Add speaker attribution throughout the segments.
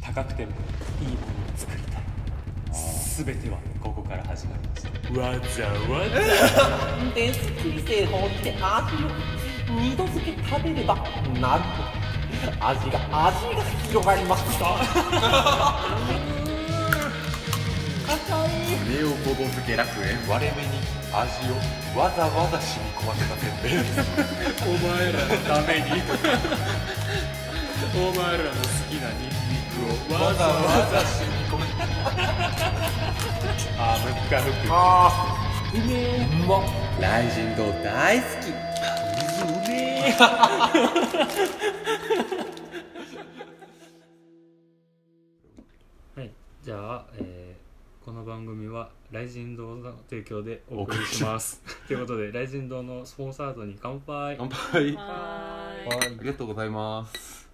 Speaker 1: 高くてもいいものを作りたい全てはここから始まりますわざわ
Speaker 2: デス水製法って味を二度漬け食べればなるほど味が味が広がりました硬い
Speaker 3: ネオごぼ漬け楽園割れ目に味をわざわざ染み込ませたせんべいです
Speaker 1: ざお前らのためにお前らの好きなニンニクをわざわざ
Speaker 3: ざ染み込ませた
Speaker 1: あーむっかむく
Speaker 2: あーうめえうまっ
Speaker 3: 雷神堂大好き
Speaker 2: うめえ
Speaker 4: はい、じゃあ、えーこの番組は雷神堂の提供でお送りします。ということで、雷神堂のスポンサードに乾杯。
Speaker 3: 乾杯はい
Speaker 5: はーい
Speaker 3: ありがとうございます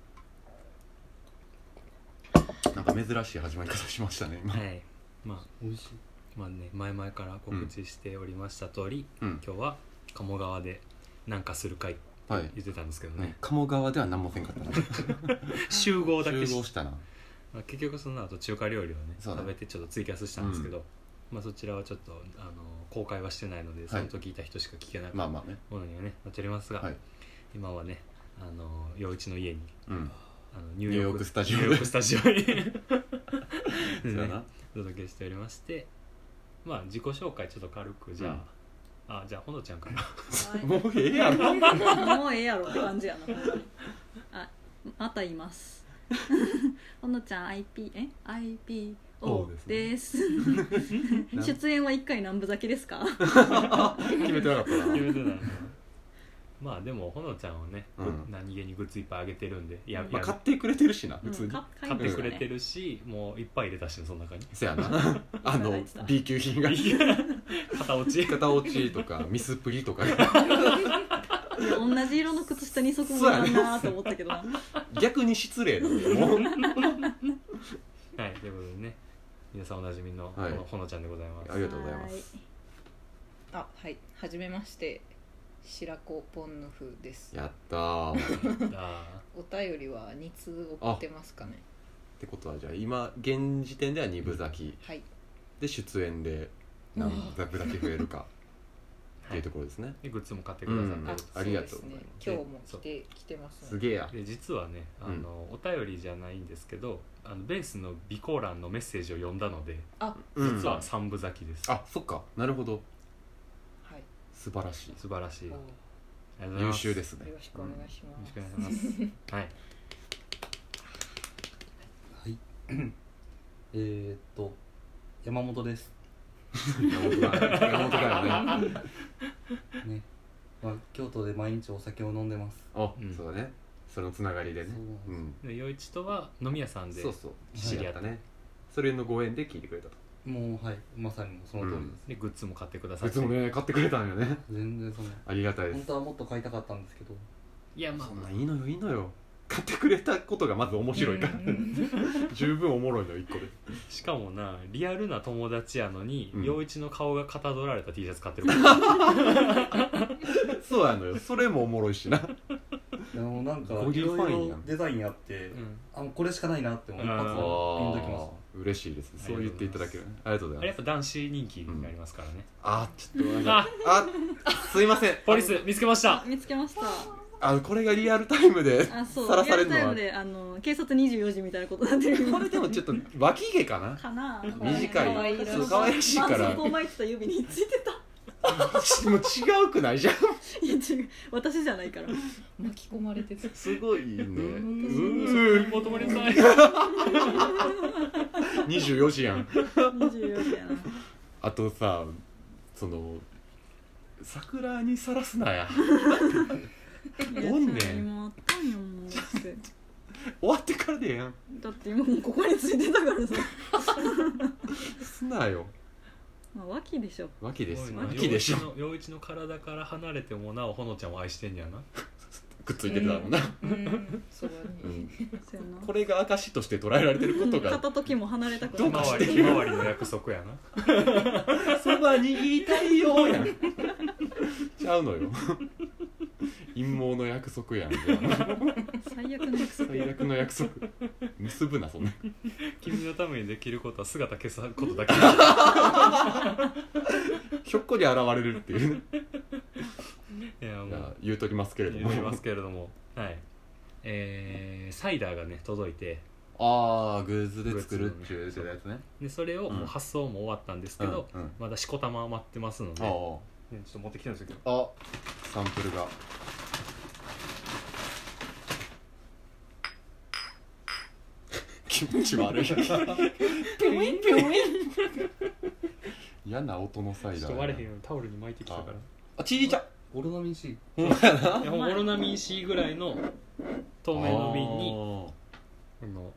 Speaker 3: なんか珍しい始まり方しましたね今
Speaker 4: はい、まあ、美味しい。まあね、前々から告知しておりました通り、
Speaker 3: うん
Speaker 4: 今日は鴨川でなんかする会
Speaker 3: はい
Speaker 4: 言ってたんですけど
Speaker 3: ね
Speaker 4: ね、
Speaker 3: 鴨川では何もせんかったね
Speaker 4: 集合だけ
Speaker 3: 集
Speaker 4: し
Speaker 3: 合したな
Speaker 4: まあ、結局その後中華料理をね
Speaker 3: そうだ
Speaker 4: 食
Speaker 3: ね
Speaker 4: べてちょっとツイキャスしたんですけど、まあ、そちらはちょっとあの公開はしてないのでその時いた人しか聞けなか
Speaker 3: まあ
Speaker 4: った
Speaker 3: まあね
Speaker 4: ものにはねなっておりますが、
Speaker 3: はい
Speaker 4: 今はねあの陽一の家に
Speaker 3: うん
Speaker 4: あのニュ
Speaker 3: ニューヨークスタジオ
Speaker 4: ニューヨークスタジオ に
Speaker 3: そうや
Speaker 4: ね
Speaker 3: な
Speaker 4: お届けしておりましてまあ自己紹介ちょっと軽くじゃあ、あじゃあほのちゃんから
Speaker 3: もうええやろ
Speaker 5: もうええやろって感じやなほんまにあまた言いますほのちゃん IP え IPO です出演は一回南部咲きですか
Speaker 3: 決めてなかった な
Speaker 4: 言うてたのまあでもほのちゃんはね、
Speaker 3: うん
Speaker 4: 何気にグッズいっぱいあげてるんでや,、
Speaker 3: まあ、
Speaker 4: や
Speaker 3: 買ってくれてるしな普通
Speaker 5: うん
Speaker 3: に、
Speaker 5: か
Speaker 4: 買ってくれて
Speaker 5: る
Speaker 4: るし、もういっぱい入れたしねその中に
Speaker 3: せやなあの B 級 品が
Speaker 4: 片落ち
Speaker 3: 片落ちとかミスプリとか
Speaker 5: 同じ色の靴下二足もなんなと思ったけどな
Speaker 3: 逆に失礼なんだよも
Speaker 4: は
Speaker 3: う
Speaker 4: いということでね皆さんおなじみのほ
Speaker 3: はい
Speaker 4: の,、ほのちゃんでございます
Speaker 3: ありがとうございます
Speaker 6: あはいはじめまして白子ポンヌフです
Speaker 3: やったーっ
Speaker 4: あ
Speaker 6: お便りは2通送ってますかね
Speaker 3: てことはじゃあ今現時点では二分咲き
Speaker 6: はい
Speaker 3: で出演で何分だけ増 えるかっていうところですね
Speaker 4: ーでグッズも買ってくださったりとか
Speaker 3: ありがとう
Speaker 6: そ
Speaker 3: ございま
Speaker 6: で
Speaker 3: す
Speaker 6: すね今日も来て来てます
Speaker 3: す
Speaker 6: ね
Speaker 3: げえや
Speaker 4: で実はねあ
Speaker 3: うん
Speaker 4: の、お便りじゃないんですけどあのベースの備考欄のメッセージを読んだので
Speaker 6: あ
Speaker 3: うん
Speaker 4: 実は三部咲きです、
Speaker 3: あそっかなるほど
Speaker 6: はい
Speaker 3: 素晴らしい
Speaker 4: 素晴らしい
Speaker 6: お
Speaker 4: ありがとうござい
Speaker 3: 優
Speaker 4: ます
Speaker 3: 秀
Speaker 4: よ
Speaker 3: ですね
Speaker 6: よろしくお願いしま
Speaker 4: ろし
Speaker 6: す
Speaker 4: くお願いしますはい
Speaker 7: えー、っと山本です、
Speaker 3: うん山本だ山本だよね
Speaker 7: ね まあ、京都で毎日お酒を飲んでます
Speaker 3: あ
Speaker 4: うん
Speaker 3: そうだねそのつながりでね
Speaker 7: そううん
Speaker 4: で陽一とは飲み屋さんで
Speaker 3: そうそう
Speaker 7: 知
Speaker 4: り合
Speaker 3: や
Speaker 4: っ
Speaker 3: ったたねそれのご縁で聞いてくれたと
Speaker 7: もうはいまさにその通りです、
Speaker 4: でグッズも買ってくださっ
Speaker 3: い
Speaker 4: て
Speaker 3: つもね買ってくれたんよね
Speaker 7: 全然その
Speaker 3: ありがたいで
Speaker 7: 本
Speaker 3: す
Speaker 7: 当はもっと買いたかったんですけど
Speaker 4: いやまあ
Speaker 3: そんなんいいのよいいのよ買ってくれたことがまず面白いから、
Speaker 6: うんうん
Speaker 3: 十分おもろいの一個で
Speaker 4: しかもなリアルな友達やのに
Speaker 3: うん
Speaker 4: 陽、一の顔がかたどられた T シャツ買ってるから
Speaker 3: そうやのよそれもおもろいしな
Speaker 7: でもなんか
Speaker 3: ゴ
Speaker 7: い
Speaker 3: リファ
Speaker 7: ろ
Speaker 3: イ
Speaker 7: い
Speaker 3: ンや
Speaker 7: ろ
Speaker 3: ん
Speaker 7: デザインあって、
Speaker 4: うん
Speaker 7: あもうこれしかないなって思う一
Speaker 4: あー
Speaker 7: 発でピンときま
Speaker 3: 嬉しいですね
Speaker 4: ありがとうございます
Speaker 3: そう言っていただけるありがとう
Speaker 4: あ
Speaker 3: ござ
Speaker 4: れ
Speaker 3: い
Speaker 4: や
Speaker 3: ま
Speaker 4: っ
Speaker 3: す
Speaker 4: ぱ男子人気になりますからね、
Speaker 3: あちょっとなんかあすいません
Speaker 4: ポリス見つけました
Speaker 5: あ見つけました
Speaker 3: あこれがリアルタイムで
Speaker 5: あそう
Speaker 3: さら
Speaker 5: リ
Speaker 3: さ
Speaker 5: ア
Speaker 3: れ
Speaker 5: ル
Speaker 3: る
Speaker 5: タイ
Speaker 3: の
Speaker 5: ム
Speaker 3: は
Speaker 5: であの警察24時みたいなことになってる
Speaker 3: これでもちょっと脇毛かな
Speaker 5: かな
Speaker 3: 短
Speaker 6: い
Speaker 3: そう可愛らしいから
Speaker 5: まあそこを巻いてた指についてた
Speaker 3: ちもう違うくないじゃん
Speaker 5: いや違う私じゃないから
Speaker 6: 巻き込まれてた
Speaker 3: すごいねう
Speaker 4: うん
Speaker 3: ー
Speaker 4: 求めなさい
Speaker 3: 24時やん
Speaker 5: 24時やな
Speaker 3: あとさその桜にさらすなやおんねん
Speaker 5: いやちょっと今あったんやもんって
Speaker 3: 終わってからでええやん
Speaker 5: だって今もうここについてたからさ、
Speaker 3: すなよ
Speaker 5: まあ、脇でしょ
Speaker 3: 脇です
Speaker 4: おい
Speaker 3: よ
Speaker 4: な
Speaker 3: 脇でしょ
Speaker 4: 陽一の陽一の体から離れてもなおほのちゃんを愛してんやな
Speaker 3: くっついてたもんな、
Speaker 6: うんそれはね
Speaker 3: うん
Speaker 5: そうやな
Speaker 3: これが証として捉えられてることが
Speaker 5: 片時も離れたく
Speaker 4: ひ
Speaker 5: な
Speaker 4: ま
Speaker 5: い
Speaker 4: わりひまわりの約束やな
Speaker 3: そばにいたいよやんちゃうのよ陰謀の約束やんじゃあ
Speaker 5: 最悪の約束
Speaker 3: 最悪の約束結ぶなそんな
Speaker 4: 君のためにできることは姿消すことだけ
Speaker 3: ひょっこり現れるっていうね
Speaker 4: いやも
Speaker 3: いや
Speaker 4: う
Speaker 3: 言うときますけれども
Speaker 4: 言いますけれどもはいえーサイダーがね届いて
Speaker 3: ああグッズで作るっていうやつね
Speaker 4: でそれをもう発送も終わったんですけど、
Speaker 3: うんうん
Speaker 4: まだしこたま余ってますので、
Speaker 3: あ
Speaker 4: ね
Speaker 3: あ
Speaker 4: ちょっと持ってきたんですけど
Speaker 3: あサンプルが 気持ち悪い嫌な音のサイ
Speaker 4: ちょ
Speaker 3: ダ
Speaker 4: っと
Speaker 3: ー
Speaker 4: 割れへんようにタオルに巻いてきたから
Speaker 3: あちいちゃ
Speaker 7: オロナミン C
Speaker 4: いやもうオロナミン C ぐらいの透明の瓶に
Speaker 3: に
Speaker 4: あの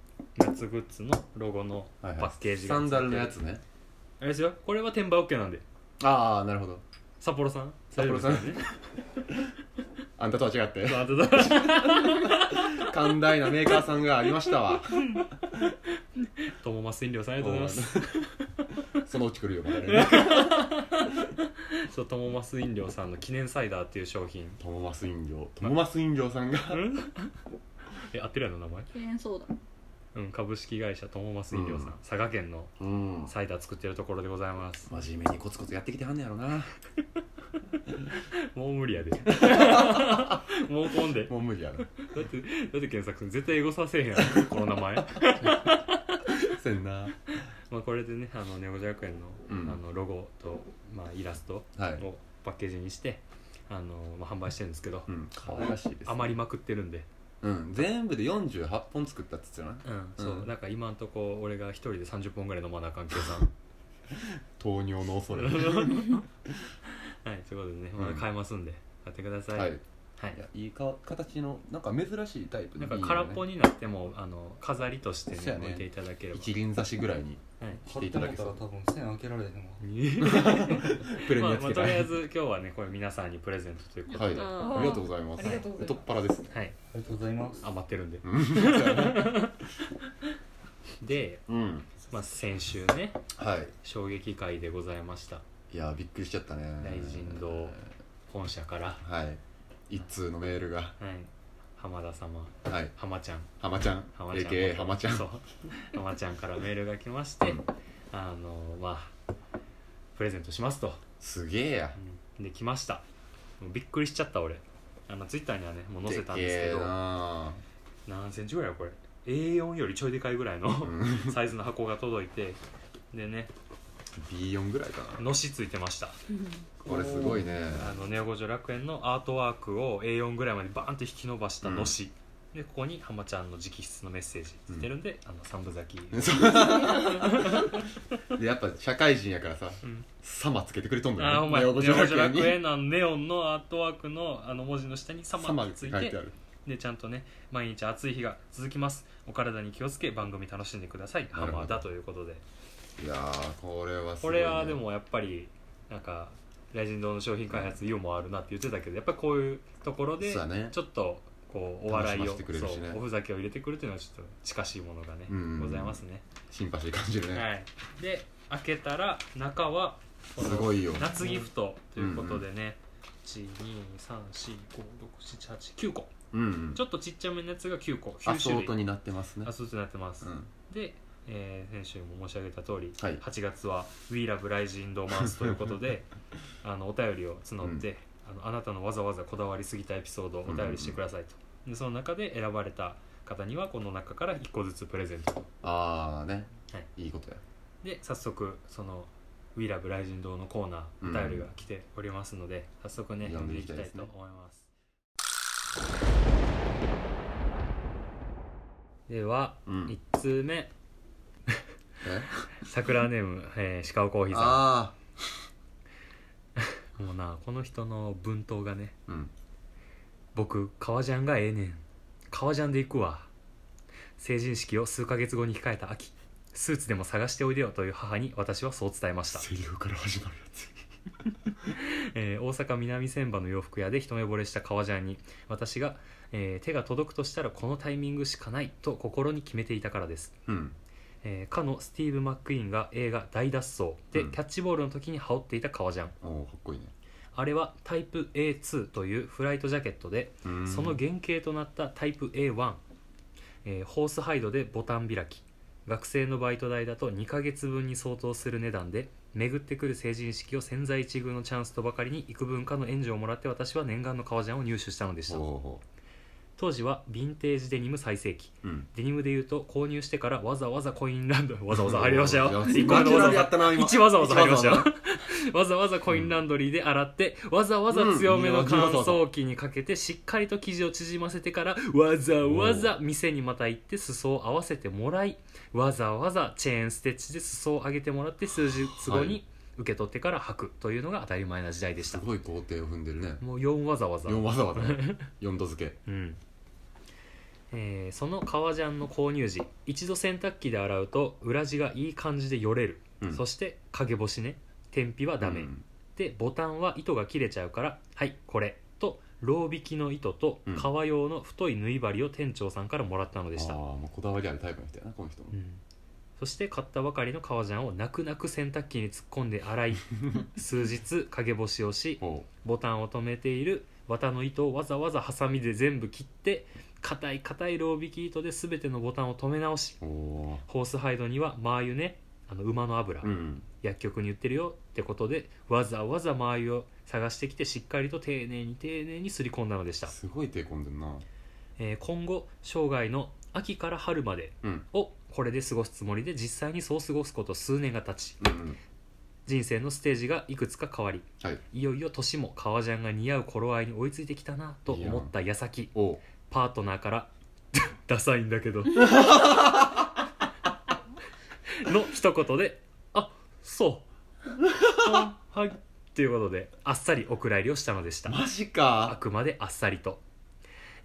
Speaker 4: 夏グッズのロゴのパ
Speaker 3: はいはい
Speaker 4: ッケージが
Speaker 3: サンダルのやつね
Speaker 4: あれですよこれは転売 OK なんで
Speaker 3: ああなるほど
Speaker 4: 札幌さん
Speaker 3: 札幌さん
Speaker 4: 大丈夫ですよ
Speaker 3: あんたとは違 って
Speaker 4: ねあどうぞ
Speaker 3: 寛大なメーカーさんがありました わ
Speaker 4: 友松飲料さんありがとうございます
Speaker 3: そのうち来るよまだね
Speaker 4: そう友松飲料さんの記念サイダーっていう商品
Speaker 3: トモマス飲料 トモマス飲料さんが
Speaker 4: え合ってるやろ名前
Speaker 5: 敬遠そうだ
Speaker 4: うん株式会社友松飲料さん、
Speaker 3: うん
Speaker 4: 佐賀県の
Speaker 3: うん
Speaker 4: サイダー作ってるところでございます
Speaker 3: 真面目にコツコツやってきてはんねやろな
Speaker 4: もう無理や でもう飛んでだ
Speaker 3: もう無理やろ
Speaker 4: ってだって検索する絶対英語させへんやろこの名前
Speaker 3: せんな
Speaker 4: まあこれでねあのネオジャ学園の,、
Speaker 3: うん
Speaker 4: あのロゴと、まあ、イラストを
Speaker 3: はい
Speaker 4: パッケージにしてあの、まあ、販売してるんですけど、
Speaker 3: うん可愛らしいです
Speaker 4: 余りまくってるんで、
Speaker 3: うん全部で48本作ったっつってたな
Speaker 4: うんそう、
Speaker 3: うん
Speaker 4: なんか今んとこ俺が一人で30本ぐらい飲まなあかん計 算
Speaker 3: 糖尿の恐れ
Speaker 4: はいということでね、
Speaker 3: うん
Speaker 4: まあ、買えますんで買ってください、
Speaker 3: はい
Speaker 4: はい
Speaker 3: いやいいか形のなんか珍しいタイプ
Speaker 4: な
Speaker 3: で
Speaker 4: んか空っぽ
Speaker 3: いい
Speaker 4: に
Speaker 3: よね
Speaker 4: なってもあの飾りとして
Speaker 3: そう
Speaker 4: ね
Speaker 3: やね
Speaker 4: 置いていただければ、
Speaker 3: 一輪差しぐらいに
Speaker 4: はい、
Speaker 3: し
Speaker 7: 買
Speaker 3: て
Speaker 7: っ
Speaker 3: い
Speaker 7: て
Speaker 3: た
Speaker 7: も
Speaker 3: だ
Speaker 7: らっ
Speaker 3: け
Speaker 7: た
Speaker 3: そ
Speaker 7: ら
Speaker 3: う
Speaker 7: 多分線開けられへんわ
Speaker 3: プレミ
Speaker 4: まあ
Speaker 3: ア
Speaker 4: ま
Speaker 3: つ
Speaker 4: あと
Speaker 3: け
Speaker 4: り
Speaker 3: た
Speaker 4: あえ
Speaker 3: い
Speaker 4: ず今日はねこれ皆さんにプレゼントということ
Speaker 3: はい
Speaker 4: で、はい
Speaker 3: ありがとうございます
Speaker 6: ありがとうございます
Speaker 3: 太っ腹ですね
Speaker 7: ありがとうございます
Speaker 4: 余ってるんで で、
Speaker 3: うん
Speaker 4: まあ、先週ね
Speaker 3: はい
Speaker 4: 衝撃会でございました
Speaker 3: いやーびっくりしちゃったね
Speaker 4: 大人堂本社から、は
Speaker 3: はい一通のメールが
Speaker 4: い、浜田様
Speaker 3: はい
Speaker 4: 浜ちゃん
Speaker 3: 浜ちゃん
Speaker 4: 浜ちゃん
Speaker 3: AKA 浜ちゃ
Speaker 4: そうん浜ちゃんからメールが来ましてあのまあプレゼントしますと、
Speaker 3: すげえや
Speaker 4: で来ましたもうびっくりしちゃった俺あのツイッターにはねもう載せたん
Speaker 3: で
Speaker 4: ですけ
Speaker 3: けえ
Speaker 4: ど
Speaker 3: な
Speaker 4: 何センチぐらいよこれ A4 よりちょいでかいぐらいの
Speaker 3: うん
Speaker 4: サイズの箱が届いてでね
Speaker 3: B4 ぐらいかな
Speaker 4: のしついてました
Speaker 3: これすごいね
Speaker 4: あのネオ五条楽園のアートワークを A4 ぐらいまでバーンって引き伸ばしたのし、でここに浜ちゃんの直筆のメッセージついてるんで、あの三部咲き
Speaker 3: でやっぱ社会人やからさ
Speaker 4: うん
Speaker 3: 「様」つけてくれとんの
Speaker 4: あーほんまや
Speaker 3: ネ
Speaker 4: ネ
Speaker 3: オ
Speaker 4: オ
Speaker 3: 五
Speaker 4: 五
Speaker 3: 条
Speaker 4: 条
Speaker 3: 楽
Speaker 4: 楽
Speaker 3: 園に
Speaker 4: 園のネオンのアートワークのあの文字の下に「
Speaker 3: 「
Speaker 4: 様」
Speaker 3: 様」
Speaker 4: っ
Speaker 3: ってて
Speaker 4: つ
Speaker 3: 書
Speaker 4: い
Speaker 3: い
Speaker 4: て
Speaker 3: てある
Speaker 4: でちゃんとね毎日暑い日が続きますお体に気をつけ番組楽しんでください
Speaker 3: なるほど
Speaker 4: 浜田ということで
Speaker 3: いやーこれはす
Speaker 4: こ
Speaker 3: ごいね
Speaker 4: れはでもやっぱりなんか雷神堂の商品開発ユーモアあるなって言ってたけどやっぱりこういうところで
Speaker 3: そうだね
Speaker 4: ちょっとこうお笑いを、
Speaker 3: 楽しませてくれるしね
Speaker 4: そうおふざけを入れてくるっていうのはちょっと近しいものがね、
Speaker 3: うん
Speaker 4: ございますね、
Speaker 3: シンパシー感じる
Speaker 4: は
Speaker 3: ね
Speaker 4: い、で開けたら中はこの
Speaker 3: すごいよ
Speaker 4: 夏ギフトということでね、123456789個
Speaker 3: うん
Speaker 4: ちょっとちっちゃめのやつが9個
Speaker 3: ア
Speaker 4: 9
Speaker 3: ソ
Speaker 4: 種
Speaker 3: ー
Speaker 4: 類
Speaker 3: トになってますね
Speaker 4: アソートになってます、
Speaker 3: うん
Speaker 4: で、えー先週も申し上げた通り、
Speaker 3: はい
Speaker 4: 8月は「WeLoveRisingDo マン ス」ということであのお便りを募って、あのあなたのわざわざこだわりすぎたエピソードをお便りしてくださいと、でその中で選ばれた方にはこの中から1個ずつプレゼントと
Speaker 3: ああね
Speaker 4: はい
Speaker 3: いことや
Speaker 4: で早速その「WeLoveRisingDo」のコーナ
Speaker 3: うん
Speaker 4: ーお便りが来ておりますので、早速ね
Speaker 3: 読
Speaker 4: 読
Speaker 3: ん
Speaker 4: ん
Speaker 3: で
Speaker 4: で
Speaker 3: い
Speaker 4: い
Speaker 3: きた
Speaker 4: き
Speaker 3: い
Speaker 4: た
Speaker 3: で
Speaker 4: い
Speaker 3: すね
Speaker 4: と思いますでは、
Speaker 3: うん
Speaker 4: 1通目
Speaker 3: え
Speaker 4: 桜ネーム、えー、シカオコーヒーさ
Speaker 3: あ
Speaker 4: んもうなこの人の文頭がね
Speaker 3: あうん
Speaker 4: 「僕革ジャンがええねん革ジャンで行くわ」「成人式を数ヶ月後に控えた秋スーツでも探しておいでよ」という母に私はそう伝えました、
Speaker 3: 声優から始まるやつ
Speaker 4: えー大阪南千葉の洋服屋で一目惚れした革ジャンに私が、えー手が届くとしたらこのタイミングしかない」と心に決めていたからです
Speaker 3: うん
Speaker 4: えーかのスティーブ・マック・イーンが映画「大脱走」で
Speaker 3: うん
Speaker 4: キャッチボールの時に羽織っていた革ジャン、
Speaker 3: おおかっこいいね
Speaker 4: あれはタイプ A2 というフライトジャケットで
Speaker 3: うん
Speaker 4: その原型となったタイプ A1、えーホースハイドでボタン開き学生のバイト代だと2ヶ月分に相当する値段で巡ってくる成人式を千載一遇のチャンスとばかりに幾分かの援助をもらって私は念願の革ジャンを入手したのでした
Speaker 3: お
Speaker 4: 当時はヴィンテージデニム最盛期
Speaker 3: ーうん
Speaker 4: デニムで言うと購入してからわざわざコインランドリーわざわざ入りましたよ
Speaker 3: いや
Speaker 4: 一個目のわざ
Speaker 3: いきなりやったな
Speaker 4: わざ
Speaker 3: 今
Speaker 4: 一わざわざ入りましたよ
Speaker 3: 一わざ
Speaker 4: わざわざコインランドリーで洗ってわざわざ強めの乾燥機にかけてしっかりと生地を縮ませてからわざわざ店にまた行って裾を合わせてもらいわざわざチェーンステッチで裾を上げてもらって数日後
Speaker 3: は
Speaker 4: に
Speaker 3: い
Speaker 4: 受け取ってから履くというのが当たり前な時代でし
Speaker 3: す
Speaker 4: た
Speaker 3: ごい工程を踏んでるね
Speaker 4: もう4わざわざ
Speaker 3: 4わざわざ4度付け
Speaker 4: うんえーその革ジャンの購入時一度洗濯機で洗うと裏地がいい感じでよれる、
Speaker 3: うん
Speaker 4: そして陰干しね天日はダメ、
Speaker 3: うん
Speaker 4: でボタンは糸が切れちゃうから「はいこれ」とロー引きの糸と
Speaker 3: うん
Speaker 4: 革用の太い縫い針を店長さんからもらったのでした、
Speaker 3: ああもうこだわりあるタイプの人やなこの人も
Speaker 4: うんそして買ったばかりの革ジャンを泣く泣く洗濯機に突っ込んで 洗い数日陰干しをし
Speaker 3: おう
Speaker 4: ボタンを留めている綿の糸をわざわざハサミで全部切って硬い硬いロー引き糸で全てのボタンを留め直し
Speaker 3: お
Speaker 4: ホースハイドにはマー油ねあの馬の油、
Speaker 3: ーうん
Speaker 4: 薬局に売ってるよってことでわざわざマー油を探してきてしっかりと丁寧に丁寧にすり込んだのでした、
Speaker 3: すごい手込んでるな
Speaker 4: えー今後生涯の秋から春まで
Speaker 3: うん
Speaker 4: をこれで過ごすつもりで実際にそう過ごすこと数年が経ち
Speaker 3: うんうん
Speaker 4: 人生のステージがいくつか変わり
Speaker 3: はい
Speaker 4: いよいよ年も革ジャンが似合う頃合いに追いついてきたなと思った矢先
Speaker 3: おう
Speaker 4: パートナーから 「ダサいんだけど」 の一言で「あそう」あはいということであっさりお蔵入りをしたのでした
Speaker 3: マジ
Speaker 4: あ
Speaker 3: か
Speaker 4: くまであっさりと、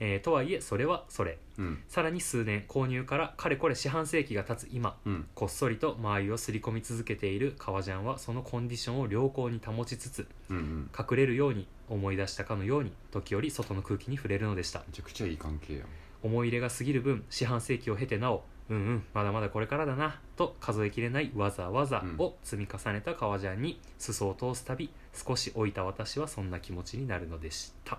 Speaker 4: えーとはいえそれはそれ
Speaker 3: うん
Speaker 4: さらに数年購入からかれこれ四半世紀が経つ今
Speaker 3: うん
Speaker 4: こっそりと間合いをすり込み続けている革ジャンはそのコンディションを良好に保ちつつ
Speaker 3: うんうん
Speaker 4: 隠れるように思い出したかのように時折外の空気に触れるのでした
Speaker 3: めちゃくちゃいい関係やん
Speaker 4: 思い入れが過ぎる分四半世紀を経てなおうんうんまだまだこれからだなと数えきれないわざわざ
Speaker 3: うん
Speaker 4: を積み重ねた革ジャンに裾を通すたび少し老いた私はそんな気持ちになるのでした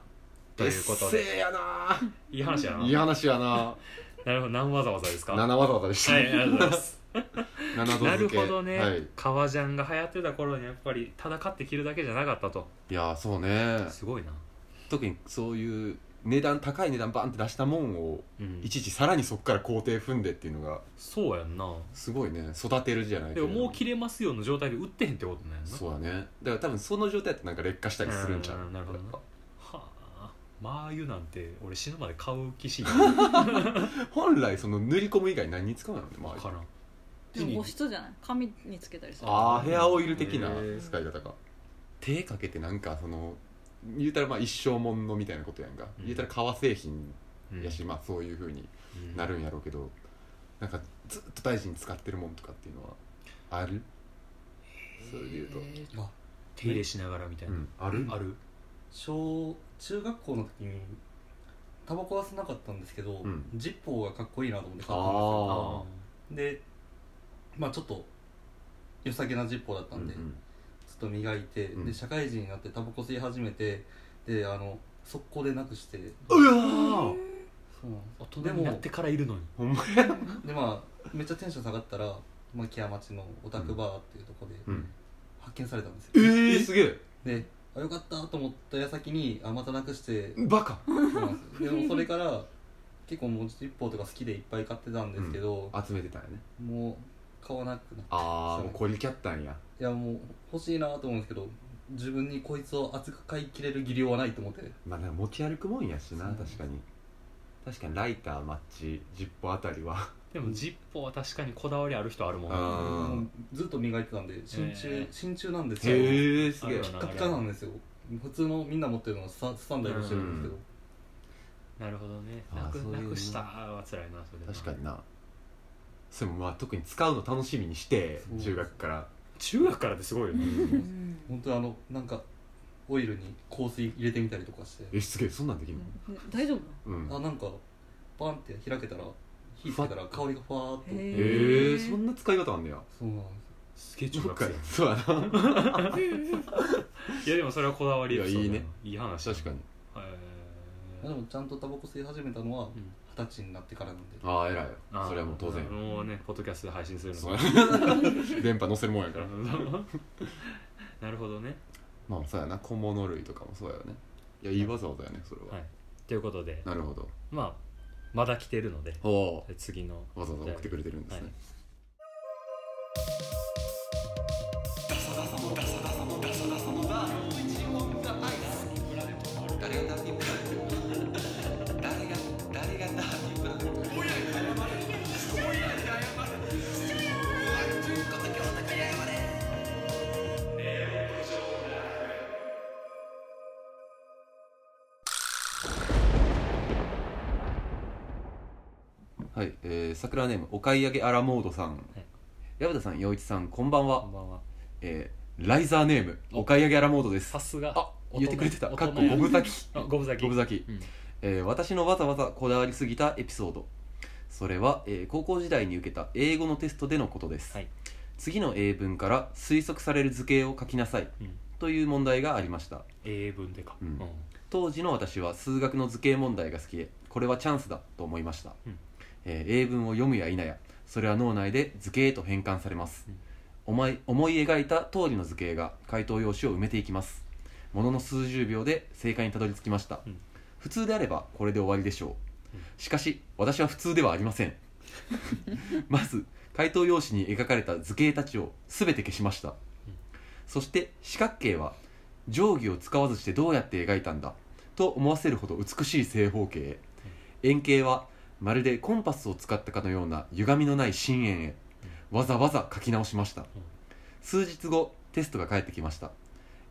Speaker 4: ということ
Speaker 3: エッ
Speaker 4: で
Speaker 3: セイやない
Speaker 4: い話やない
Speaker 3: い話やな
Speaker 4: なるほど何わざわざですか
Speaker 3: 7わざわざでした、
Speaker 4: はいありがとうございます
Speaker 3: 7度
Speaker 4: なる
Speaker 3: 付け
Speaker 4: ほどね、
Speaker 3: はい、い
Speaker 4: 革ジャンが流行ってた頃にやっぱり戦って着るだけじゃなかったと
Speaker 3: やーそうね
Speaker 4: すごいな
Speaker 3: 特にそういう値段高い値段バンって出したもんを
Speaker 4: うん
Speaker 3: いちいちさらにそこから工程踏んでっていうのが
Speaker 4: そうやんな
Speaker 3: すごいね育てるじゃない
Speaker 4: で
Speaker 3: けれ
Speaker 4: も
Speaker 3: ど
Speaker 4: もう切れますよの状態で売ってへんってことなんやな
Speaker 3: そうだねだから多分その状態だとなんか劣化したりするんちゃ
Speaker 4: う
Speaker 3: うん
Speaker 4: なるほどね
Speaker 3: やっ
Speaker 4: はあマー油なんて俺死ぬまで買う気しん
Speaker 3: ぱ本来その塗り込む以外何に使うのねま
Speaker 4: か
Speaker 3: あ
Speaker 4: らん
Speaker 5: でも保湿じゃない髪につけたりする
Speaker 3: あーヘアオイル的な
Speaker 4: へー
Speaker 3: 使い方か手かけてなんかその言うたらまあ一生もんのみたいなことやんか、
Speaker 4: うん
Speaker 3: 言うたら革製品
Speaker 4: うん
Speaker 3: やし、まあそういうふうに
Speaker 4: うん
Speaker 3: なるんやろうけど、なんかずっと大事に使ってるもんとかっていうのはあるそういうと、
Speaker 7: あ
Speaker 4: 手入れしながらみたいな、
Speaker 3: うん、ある
Speaker 4: ある
Speaker 7: 小中学校の時にタバコは吸わなかったんですけど、
Speaker 3: うん
Speaker 7: ジッポーがかっこいいなと思って買ったんですよ
Speaker 3: ああ
Speaker 7: でまあちょっと良さげなジッポーだったんで、
Speaker 3: うんうん
Speaker 7: ちょっと磨いて、
Speaker 3: うん
Speaker 7: で社会人になってタバコ吸い始めてであの速攻でなくして
Speaker 3: うわー
Speaker 7: そうなんで
Speaker 4: 大人になってからいるのに
Speaker 3: ほんまや
Speaker 7: すでまあめっちゃテンション下がったら牧屋町のオタクバーっていうところで
Speaker 3: うん
Speaker 7: 発見されたんですよ、
Speaker 3: えー、すげえ
Speaker 7: であよかったと思った矢先にあまたなくして
Speaker 3: バカ
Speaker 7: そうなんですよでもそれから結構もうジッポーとか好きでいっぱい買ってたんですけど、
Speaker 3: 集めてたんやね
Speaker 7: もう買わなくな
Speaker 3: ああ
Speaker 7: そう
Speaker 3: もうこりきゃったんや
Speaker 7: いやもう欲しいなと思うんですけど自分にこいつを熱く買い切れる技量はないと思って
Speaker 3: まあでも持ち歩くもんやしな
Speaker 7: そう
Speaker 3: 確かに確かにライターマッチジッポあたりは
Speaker 4: でもジッポは確かにこだわりある人あるもん
Speaker 3: あ
Speaker 4: な
Speaker 3: ー
Speaker 7: もうずっと磨いてたんで真鍮、
Speaker 4: へー
Speaker 7: 真鍮なんですよピ
Speaker 3: へえすげえ
Speaker 4: あるよ
Speaker 7: カピカなんですよ普通のみんな持ってるのはスタスタンダイドしてるんですけど、
Speaker 4: なるほどね
Speaker 3: あー
Speaker 4: なく
Speaker 3: そういう
Speaker 4: な
Speaker 3: の
Speaker 4: くしたは辛いなそれな
Speaker 3: 確かになそれもまあ特に使うの楽しみにして
Speaker 7: そう
Speaker 3: 中学から
Speaker 4: 中学からってすごいよね
Speaker 5: うん
Speaker 7: 本当にあのなんかオイルに香水入れてみたりとかして、
Speaker 3: えすげえそんなんできんの
Speaker 5: ね大丈夫な
Speaker 3: うん
Speaker 7: あなんかバンって開けたら火つけたら香りがファーっと
Speaker 5: へ
Speaker 3: へ
Speaker 5: ー
Speaker 3: えそんな使い方あんねや
Speaker 7: そうなんですよ
Speaker 4: すげえ中
Speaker 3: どっ
Speaker 4: 学
Speaker 3: か
Speaker 4: 生
Speaker 3: でそうやな
Speaker 4: いやでもそれはこだわりエピソード
Speaker 3: いやいいね
Speaker 4: いい話
Speaker 3: 確かに
Speaker 4: へ
Speaker 7: で
Speaker 4: ー
Speaker 7: もちゃんとタバコ吸い始めたのは
Speaker 4: ん
Speaker 7: 二十歳になってからなんで
Speaker 3: ああ偉いよ
Speaker 4: あー
Speaker 3: それはもう当然
Speaker 4: もうねポッドキャストで配信するの
Speaker 3: そう電波乗せるもんやから
Speaker 4: なるほどね
Speaker 3: まあそうやな小物類とかもそうやよねいやいいわざわざやねそれは、
Speaker 4: はいということで
Speaker 3: なるほど
Speaker 4: まあまだ来てるので
Speaker 3: おお
Speaker 4: 次の
Speaker 3: わざわざ送ってくれてるんですね、
Speaker 4: はい
Speaker 3: はい、えー、桜ネームお買い上げアラモードさん、矢部田さん陽一さんこんばんは
Speaker 4: こんばんは
Speaker 3: えー、ライザーネームお買い上げアラモードです
Speaker 4: さすが
Speaker 3: あ
Speaker 4: 大人
Speaker 3: 言ってくれてた
Speaker 4: 大
Speaker 3: か
Speaker 4: 人
Speaker 3: っこゴブ咲き
Speaker 4: あゴブ咲き
Speaker 3: ゴブ咲き
Speaker 4: うん
Speaker 3: えー私のわざわざこだわりすぎたエピソードそれは、えー高校時代に受けた英語のテストでのことです、
Speaker 4: はい
Speaker 3: 次の英文から推測される図形を書きなさい、
Speaker 4: うん
Speaker 3: という問題がありました
Speaker 4: 英文でか
Speaker 3: うん
Speaker 4: うん
Speaker 3: 当時の私は数学の図形問題が好きでこれはチャンスだと思いました、
Speaker 4: うん
Speaker 3: えー英文を読むや否やそれは脳内で図形へと変換されます、
Speaker 4: うん
Speaker 3: 思い思い描いた通りの図形が回答用紙を埋めていきますものの数十秒で正解にたどり着きました、
Speaker 4: うん
Speaker 3: 普通であればこれで終わりでしょう、
Speaker 4: うん
Speaker 3: しかし私は普通ではあり ませんまず回答用紙に描かれた図形たちを全て消しました、そして四角形は定規を使わずしてどうやって描いたんだと思わせるほど美しい正方形へ円形はまるでコンパスを使ったかのような歪みのない深円へわざわざ書き直しました数日後テストが返ってきました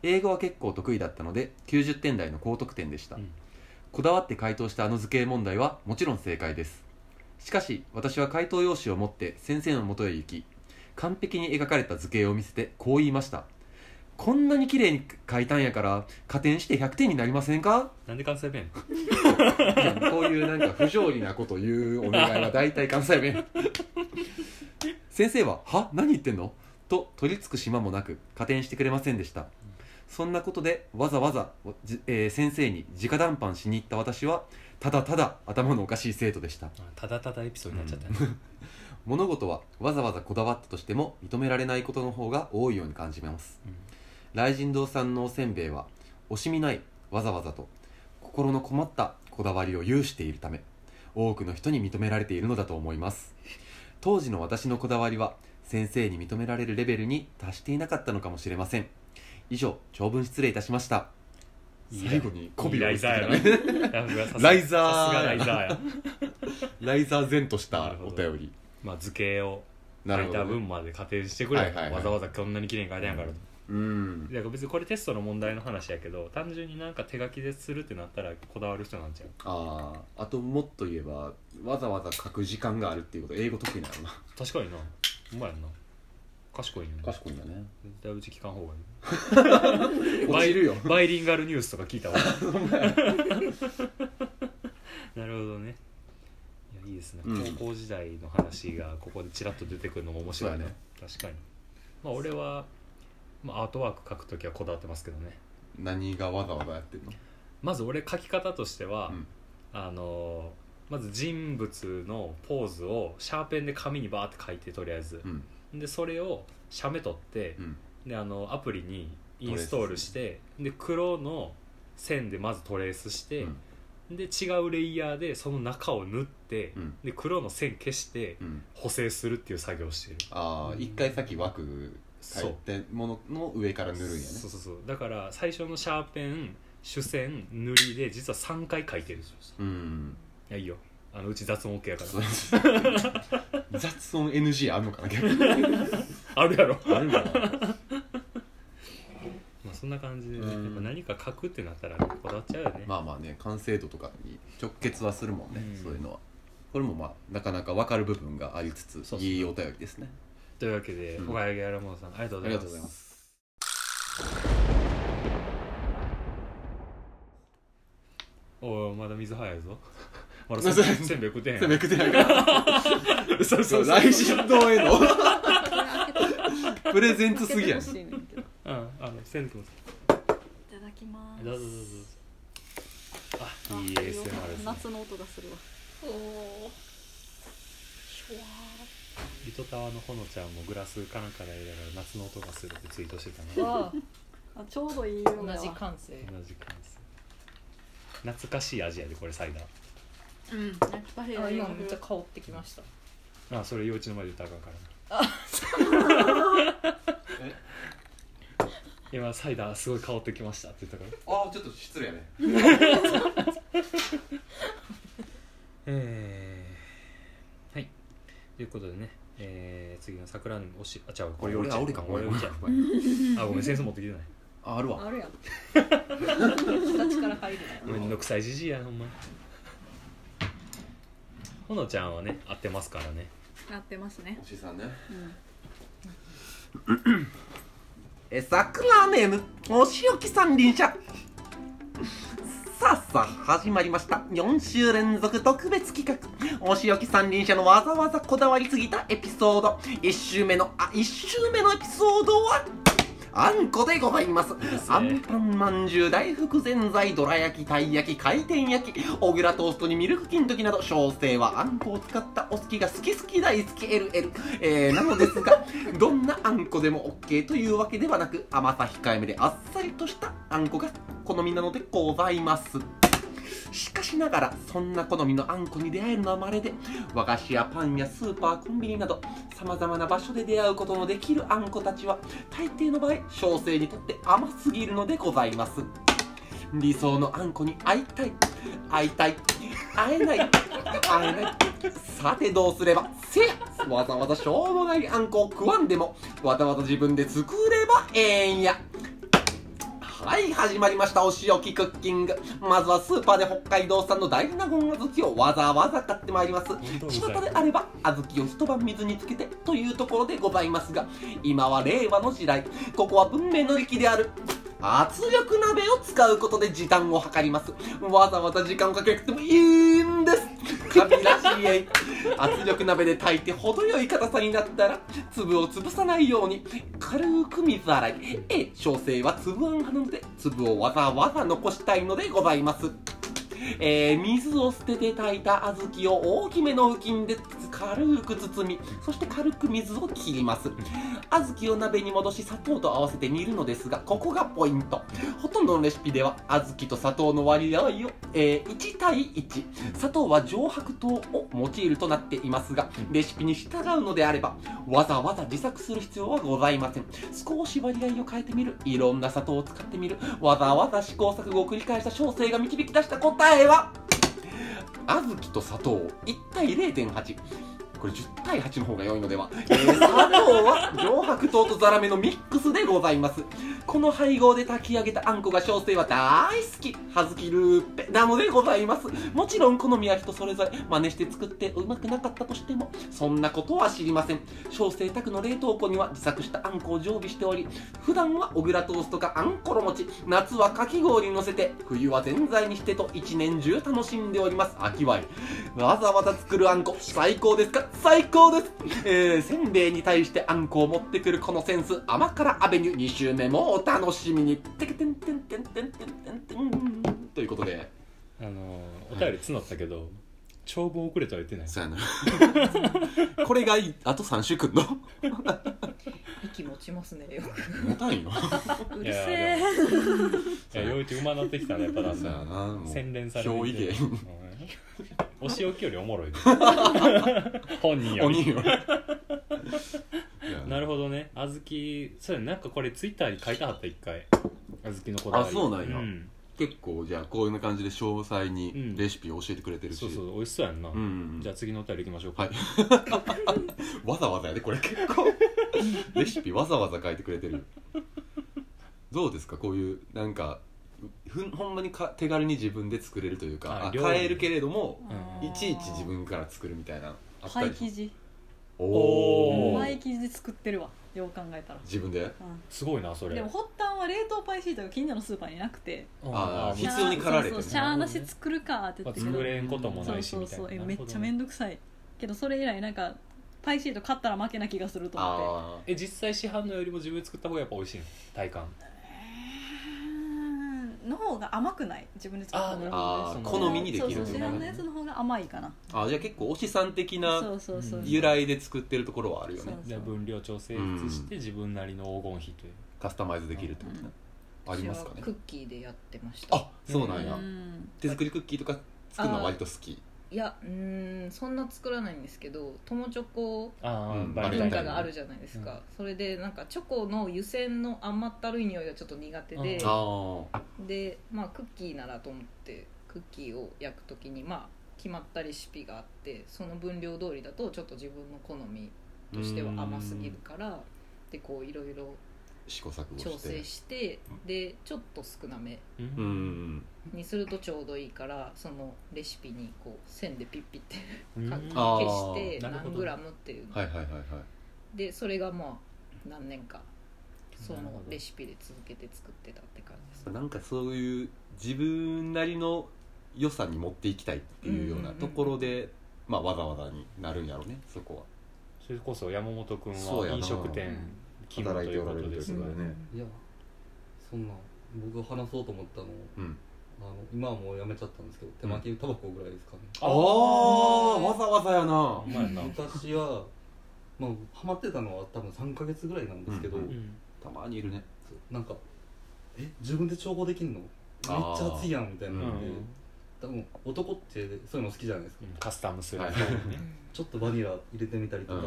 Speaker 3: 英語は結構得意だったので90点台の高得点でした、
Speaker 4: うん
Speaker 3: こだわって回答したあの図形問題はもちろん正解ですしかし私は回答用紙を持って先生のもとへ行き完璧に描かれた図形を見せてこう言いましたこんなに綺麗に描いたんやから加点して100点になりませんか
Speaker 4: なんで関西弁
Speaker 3: こういうなんか不条理なこと言うお願いは大体関西弁先生は「は何言ってんの?」と取り付く島もなく加点してくれませんでしたそんなことでわざわざ、じえー先生に直談判しに行った私はただただ頭のおかしい生徒でした
Speaker 4: あただただエピソードになっちゃったね
Speaker 3: 物事はわざわざこだわったとしても認められないことの方が多いように感じます、
Speaker 4: うん
Speaker 3: 雷神堂さんのおせんべいは惜しみないわざわざと心の困ったこだわりを有しているため多くの人に認められているのだと思います当時の私のこだわりは先生に認められるレベルに達していなかったのかもしれません以上長文失礼いたしました最後に
Speaker 4: コビ
Speaker 3: 媚びを
Speaker 4: ラ
Speaker 3: 打
Speaker 4: イ
Speaker 3: ち
Speaker 4: ザーや
Speaker 3: て
Speaker 4: な
Speaker 3: きたね
Speaker 4: やべえさすが
Speaker 3: ライザー
Speaker 4: さすがライザーや
Speaker 3: ライザー然としたお
Speaker 4: なる
Speaker 3: 便り
Speaker 4: まあ図形を
Speaker 3: な
Speaker 4: 書
Speaker 3: る
Speaker 4: い
Speaker 3: ほ
Speaker 4: た
Speaker 3: どね、
Speaker 4: 分まで加点してくれ
Speaker 3: はいはいはい
Speaker 4: わざわざこんなに綺麗に書いたんやからと
Speaker 3: うん
Speaker 4: だから別にこれテストの問題の話やけど単純になんか手書きでするってなったらこだわる人なんちゃう
Speaker 3: あああともっと言えばわざわざ書く時間があるっていうこと英語得意なのな
Speaker 4: 確かになうまいやんな賢いね
Speaker 3: 賢いんだね
Speaker 4: だいぶ時間方がいい
Speaker 3: 落ちるよ
Speaker 4: バイリンガルニュースとか聞いたわ なるほどねいやいいですね、
Speaker 3: うん
Speaker 4: 高校時代の話がここでちらっと出てくるのも面白い
Speaker 3: そう
Speaker 4: ね
Speaker 3: やね
Speaker 4: 確かにまあ俺は、まあ、アートワーク書くときはこだわってますけどね
Speaker 3: 何がわざわざやってるの
Speaker 4: まず俺書き方としては、
Speaker 3: うん
Speaker 4: あのーまず人物のポーズをシャーペンで紙にバーって書いてとりあえず
Speaker 3: う、ん
Speaker 4: でそれを写メ取って、
Speaker 3: うん
Speaker 4: であのアプリにインストールしてで黒の線でまずトレースして、で違うレイヤーでその中を縫って、
Speaker 3: うん
Speaker 4: で黒の線消して
Speaker 3: うん
Speaker 4: 補正するっていう作業をしてる
Speaker 3: ああ一回さっき枠書いてものの上から塗るんやね
Speaker 4: そうそうそうだから最初のシャーペン主線塗りで実は3回書いてるい
Speaker 3: うん
Speaker 4: やいいよあのうち雑音 OK やか
Speaker 3: そう
Speaker 4: ら
Speaker 3: 雑音 NG あるのかな逆に
Speaker 4: あるやろ
Speaker 3: あるのかな
Speaker 4: まあそんな感じでね、
Speaker 3: うん
Speaker 4: やっぱ何か書くってなったらこだわっちゃうよね、
Speaker 3: まあまあね完成度とかに直結はするもんね、
Speaker 4: うん
Speaker 3: そういうのはこれもまあなかなか分かる部分がありつつ
Speaker 4: そうそう
Speaker 3: いいお便りですね
Speaker 4: というわけで
Speaker 3: うん
Speaker 4: 小林やらものさんありがとう
Speaker 3: あ
Speaker 4: ご
Speaker 3: り
Speaker 4: ざい
Speaker 3: が
Speaker 4: ま
Speaker 3: と
Speaker 4: す
Speaker 3: うございます
Speaker 4: おいまだ水早い ぞまだせ
Speaker 3: そ
Speaker 4: んべ
Speaker 3: うそう
Speaker 4: いせんべい食ってへん
Speaker 3: せ め くてないから
Speaker 4: そうそうそう
Speaker 3: 来神堂への
Speaker 5: これ開けた
Speaker 7: プレゼントすぎやん
Speaker 5: 開けてほしいねんけどい
Speaker 4: うんあのせんくん
Speaker 5: ただきます
Speaker 4: どうぞどうぞどうぞあ
Speaker 5: あ
Speaker 4: いい ASMR ですね
Speaker 5: 夏の音がするわおお
Speaker 4: リトタワーのほのちゃんもグラスかなんかで入れながら夏の音がするってツイートしてたな
Speaker 6: わ
Speaker 5: あちょうどいい
Speaker 6: あ
Speaker 5: 色だ
Speaker 6: 同
Speaker 5: わ
Speaker 6: じ感性
Speaker 4: 同じ感じ懐かしい味やでこれサイダ
Speaker 5: うんやっぱり
Speaker 6: あ今めっちゃ香ってきました
Speaker 4: ーあそれ幼稚の前で歌うからな
Speaker 7: え
Speaker 4: 今サイダーすごい香ってきましたって言ったから
Speaker 7: ああちょっと失礼やね
Speaker 4: えーはいということでね、えー次の桜におしあ違うこれ
Speaker 7: 俺
Speaker 4: 幼稚
Speaker 7: あ
Speaker 4: 園
Speaker 7: 俺か
Speaker 4: 俺幼稚園
Speaker 7: ごめ ん
Speaker 4: あごめんセンス持ってきてない
Speaker 7: ああるわ
Speaker 5: あるやん
Speaker 6: 形から入る
Speaker 4: めんどくさいじじいやほんまほのちゃんはね合ってますからね
Speaker 5: なってますね
Speaker 7: おしさんね
Speaker 5: うん
Speaker 3: えさくらネームお仕置きさん臨車さあさあ始まりました4週連続特別企画お仕置き三輪車のわざわざこだわりすぎたエピソード1週目のあ1週目のエピソードはあんこでございますあんパンまんじゅう大福ぜんざいどら焼きたい焼き回転焼き小倉トーストにミルク金時など小生はあんこを使ったお好きが好き好き大好き LL、えーなのです がどんなあんこでも OK というわけではなく甘さ控えめであっさりとしたあんこが好みなのでございますしかしながらそんな好みのあんこに出会えるのはまれで和菓子やパンやスーパーコンビニなどさまざまな場所で出会うことのできるあんこたちは大抵の場合小生にとって甘すぎるのでございます理想のあんこに会いたい会いたい会えない会えないさてどうすればせやわざわざしょうもないあんこを食わんでもわざわざ自分で作ればええんやはい始まりましたお仕置きクッキングまずはスーパーで北海道産の大納言小豆をわざわざ買ってまいります
Speaker 4: 当うざい
Speaker 3: 巷であれば小豆を一晩水につけてというところでございますが今は令和の時代ここは文明の域である圧力鍋を使うことで時短を図りますわざわざ時間をかけなくてもいいんです神らしいえい圧力鍋で炊いて程よい硬さになったら粒を潰さないように軽く水洗いええ小生は粒あん派なので粒をわざわざ残したいのでございますえー水を捨てて炊いた小豆を大きめの布巾で軽く包みそして軽く水を切ります小豆を鍋に戻し砂糖と合わせて煮るのですがここがポイントほとんどのレシピでは小豆と砂糖の割合を、えー1対1砂糖は上白糖を用いるとなっていますがレシピに従うのであればわざわざ自作する必要はございません少し割合を変えてみるいろんな砂糖を使ってみるわざわざ試行錯誤を繰り返した小生が導き出した答えは小豆と砂糖1対0.8これ10対8の方が良いのでは、えー砂糖は上白糖とザラメのミックスでございますこの配合で炊き上げたあんこが小生は大好き葉月ルーペなのでございますもちろん好みは人それぞれ真似して作ってうまくなかったとしてもそんなことは知りません小生宅の冷凍庫には自作したあんこを常備しており普段は小倉トーストかあんころ餅夏はかき氷にのせて冬はぜんざいにしてと一年中楽しんでおります秋はいわざわざ作るあんこ最高ですか最高です、えー、せんべいに対してあんこを持ってくるこのセンス甘辛アベニュー2周目もお楽しみにてけてんてんてんてんてんてんてんということで
Speaker 4: あのお便り募ったけど長文遅れとは言ってない
Speaker 7: そうやなこれがいいあと3週くんの
Speaker 6: 息持ちますねよく
Speaker 7: 重たいよ
Speaker 5: うるせえ
Speaker 4: いや陽一馬なってきたねやっぱだん
Speaker 7: そう
Speaker 4: だ
Speaker 7: やなんもう
Speaker 4: 洗練されてきて
Speaker 7: 憑依芸
Speaker 4: うんお仕置きよりおもろいね本人よ
Speaker 7: 鬼
Speaker 4: り
Speaker 7: よ
Speaker 4: なる
Speaker 7: ほ
Speaker 4: ほどねあずきそうやねなんかこれツイッターに書いてはった一回あずきのこだわ
Speaker 7: あ
Speaker 4: り
Speaker 7: そうなんや、
Speaker 4: ん
Speaker 7: 結構じゃあこういう感じで詳細にレシピを教えてくれてるし、
Speaker 4: そうそう美味しそうやんな、
Speaker 7: うん
Speaker 4: じゃあ次のお便り行きましょうか、
Speaker 7: はいわざわざやでこれ結構レシピわざわざ書いてくれてるどうですかこういうなんかふんほんまにか手軽に自分で作れるというか
Speaker 4: あ
Speaker 7: あ
Speaker 4: 料理
Speaker 7: 買えるけれども
Speaker 4: うん
Speaker 7: いちいち自分から作るみたいなあった
Speaker 5: パイ
Speaker 7: りし
Speaker 5: 生地
Speaker 7: お
Speaker 4: おー
Speaker 7: お
Speaker 5: パイ生地で作ってるわよう考えたら、
Speaker 7: 自分で
Speaker 4: すごいなそ
Speaker 5: うん、
Speaker 4: れ
Speaker 5: でも発端は冷凍パイシートが近所のスーパーになくて
Speaker 4: うん
Speaker 7: あー
Speaker 5: シャー
Speaker 7: 必要に駆られてね
Speaker 5: そうそうシャーなし作るかって言って
Speaker 4: まあ作れんことも
Speaker 5: そ
Speaker 4: な
Speaker 5: う
Speaker 4: いし
Speaker 5: そう
Speaker 4: みたい
Speaker 5: そ
Speaker 4: な
Speaker 5: うえ
Speaker 4: なる
Speaker 5: めっ
Speaker 4: ほどね
Speaker 5: ちゃ面倒くさいけどそれ以来なんかパイシート買ったら負けな気がすると思って
Speaker 3: あ
Speaker 4: え実際市販のよりも自分で作った方がやっぱ美味しいの体感
Speaker 5: うーんの方が甘くない自分で作った方が
Speaker 3: あ
Speaker 4: そ
Speaker 3: ー
Speaker 4: の
Speaker 3: 好みにでき
Speaker 5: そう
Speaker 3: る
Speaker 5: そう市販のやつの方が甘いかな
Speaker 3: あーじゃあ結構推しさん的
Speaker 5: そ
Speaker 3: な
Speaker 5: うそうそう
Speaker 4: うん
Speaker 3: 由来で作ってるところはあるよね
Speaker 4: じゃあ分量調整して自分なりの黄金比という、
Speaker 3: カスタマイズできるってことねありますか
Speaker 6: 私
Speaker 3: ね
Speaker 6: はクッキーでやってました
Speaker 3: あそうなんや
Speaker 5: うん
Speaker 3: 手作りクッキーとか作るのは割と好き
Speaker 6: いやうーんそんな作らないんですけど友チョコ
Speaker 4: ああ、
Speaker 3: うん
Speaker 4: バレンタイ
Speaker 6: 文
Speaker 4: ン
Speaker 6: 化があるじゃないですか、それでなんかチョコの湯煎の甘ったるい匂いがちょっと苦手で
Speaker 4: うん
Speaker 3: ああ
Speaker 6: で、まあ、クッキーならと思ってクッキーを焼く時にまあ決まったレシピがあってその分量通りだとちょっと自分の好みとしては甘すぎるからでこういろいろ
Speaker 3: 試行錯誤して
Speaker 6: 調整してでちょっと少なめ
Speaker 4: うん
Speaker 3: うんうん
Speaker 6: にするとちょうどいいからそのレシピにこう線でピッピって
Speaker 4: うん
Speaker 6: か
Speaker 3: あ
Speaker 6: 消
Speaker 3: ー
Speaker 6: して
Speaker 4: なるほど
Speaker 6: 何グラムっていうの
Speaker 3: はいはいはいはい
Speaker 6: でそれがまあ何年かそ
Speaker 4: なる
Speaker 6: の
Speaker 4: ほど
Speaker 6: レシピで続けて作ってたって感じです
Speaker 3: なんかそういう自分なりの良さに持っていきたいっていうようなところで、まあわざわざになるんやろうねそこ
Speaker 4: それこそ山本君
Speaker 3: そう
Speaker 4: は
Speaker 3: やな
Speaker 4: 飲食店勤務ということですが
Speaker 3: 働いておられるということでね
Speaker 7: いやそんな僕話そうと思ったの
Speaker 3: はうん
Speaker 7: あの今はもうやめちゃったんですけど手巻きタバコぐらいですかね、
Speaker 3: ああわざわざやな
Speaker 4: うまいな、
Speaker 7: 昔はまあハマってたのは多分3ヶ月ぐらいなんですけど、
Speaker 3: うん
Speaker 4: うん
Speaker 3: たまにいるね
Speaker 7: なんかえ自分で調合できんのめっちゃ熱いやんみたいな
Speaker 4: うん
Speaker 7: ので、多分男ってそういうの好きじゃないですか、
Speaker 4: うんカスタムする
Speaker 3: はい
Speaker 4: みたいなね
Speaker 7: ちょっとバニラ入れてみたりとか、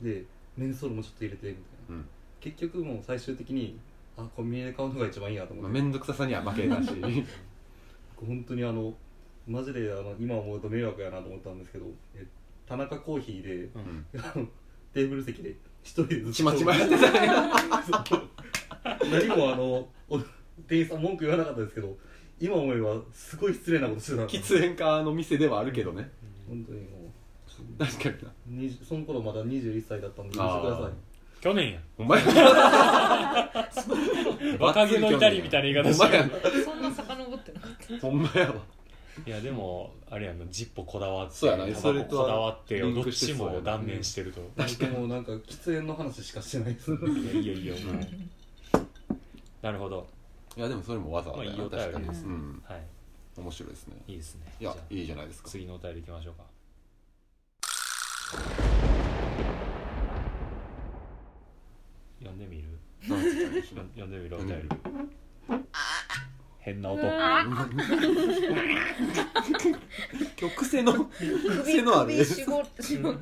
Speaker 7: でメンソールもちょっと入れてみたいな、
Speaker 3: うん
Speaker 7: 結局もう最終的にあコンビニで買うのが一番いいやと思
Speaker 3: まあ
Speaker 7: って、
Speaker 3: 面倒くささには負けたし
Speaker 7: 本当にあのマジであの今思うと迷惑やなと思ったんですけどえ田中コーヒーで、あの テーブル席で一人でずっと
Speaker 3: ちまちまやってたね
Speaker 7: 何もあのお店員さん文句言わなかったですけど今思えばすごい失礼なことしてたな
Speaker 3: 喫煙家の店ではあるけどね、
Speaker 7: 本当にも
Speaker 3: 確かにな
Speaker 7: う20その頃まだ21歳だったんで許
Speaker 3: あー
Speaker 7: してください
Speaker 4: 去年や
Speaker 3: お前
Speaker 4: 若気の至りみたいな言い方
Speaker 3: ほ
Speaker 4: して
Speaker 3: んまや
Speaker 6: そんな遡ってなかった
Speaker 3: ほんまやわ
Speaker 4: いやでもあれやなジッポこだわって
Speaker 3: そうやな
Speaker 4: タバコ
Speaker 3: それとは
Speaker 4: こだわってよ
Speaker 3: リ
Speaker 4: ど
Speaker 3: ン
Speaker 4: っ
Speaker 3: クして
Speaker 4: ち
Speaker 3: そうやな
Speaker 4: も断念してると、
Speaker 7: 僕もなんか喫煙の話しかして ないです
Speaker 4: いやいやいやもうなるほど
Speaker 3: いやでもそれもわざわざやな、
Speaker 4: まあいいお便り
Speaker 3: 確かに、
Speaker 5: です
Speaker 3: う
Speaker 5: ね
Speaker 3: ん、
Speaker 4: はい
Speaker 3: 面白いですね
Speaker 4: いいですね
Speaker 3: い
Speaker 4: じゃ
Speaker 3: や
Speaker 4: あ
Speaker 3: いいじゃないですか
Speaker 4: 次 のお便りいきましょうか読んでみる
Speaker 3: なんつっちゃいまし
Speaker 4: 読ん
Speaker 3: た
Speaker 4: 読んでみるお便り変な音
Speaker 3: 今日癖の癖のある
Speaker 6: 首絞ってしまった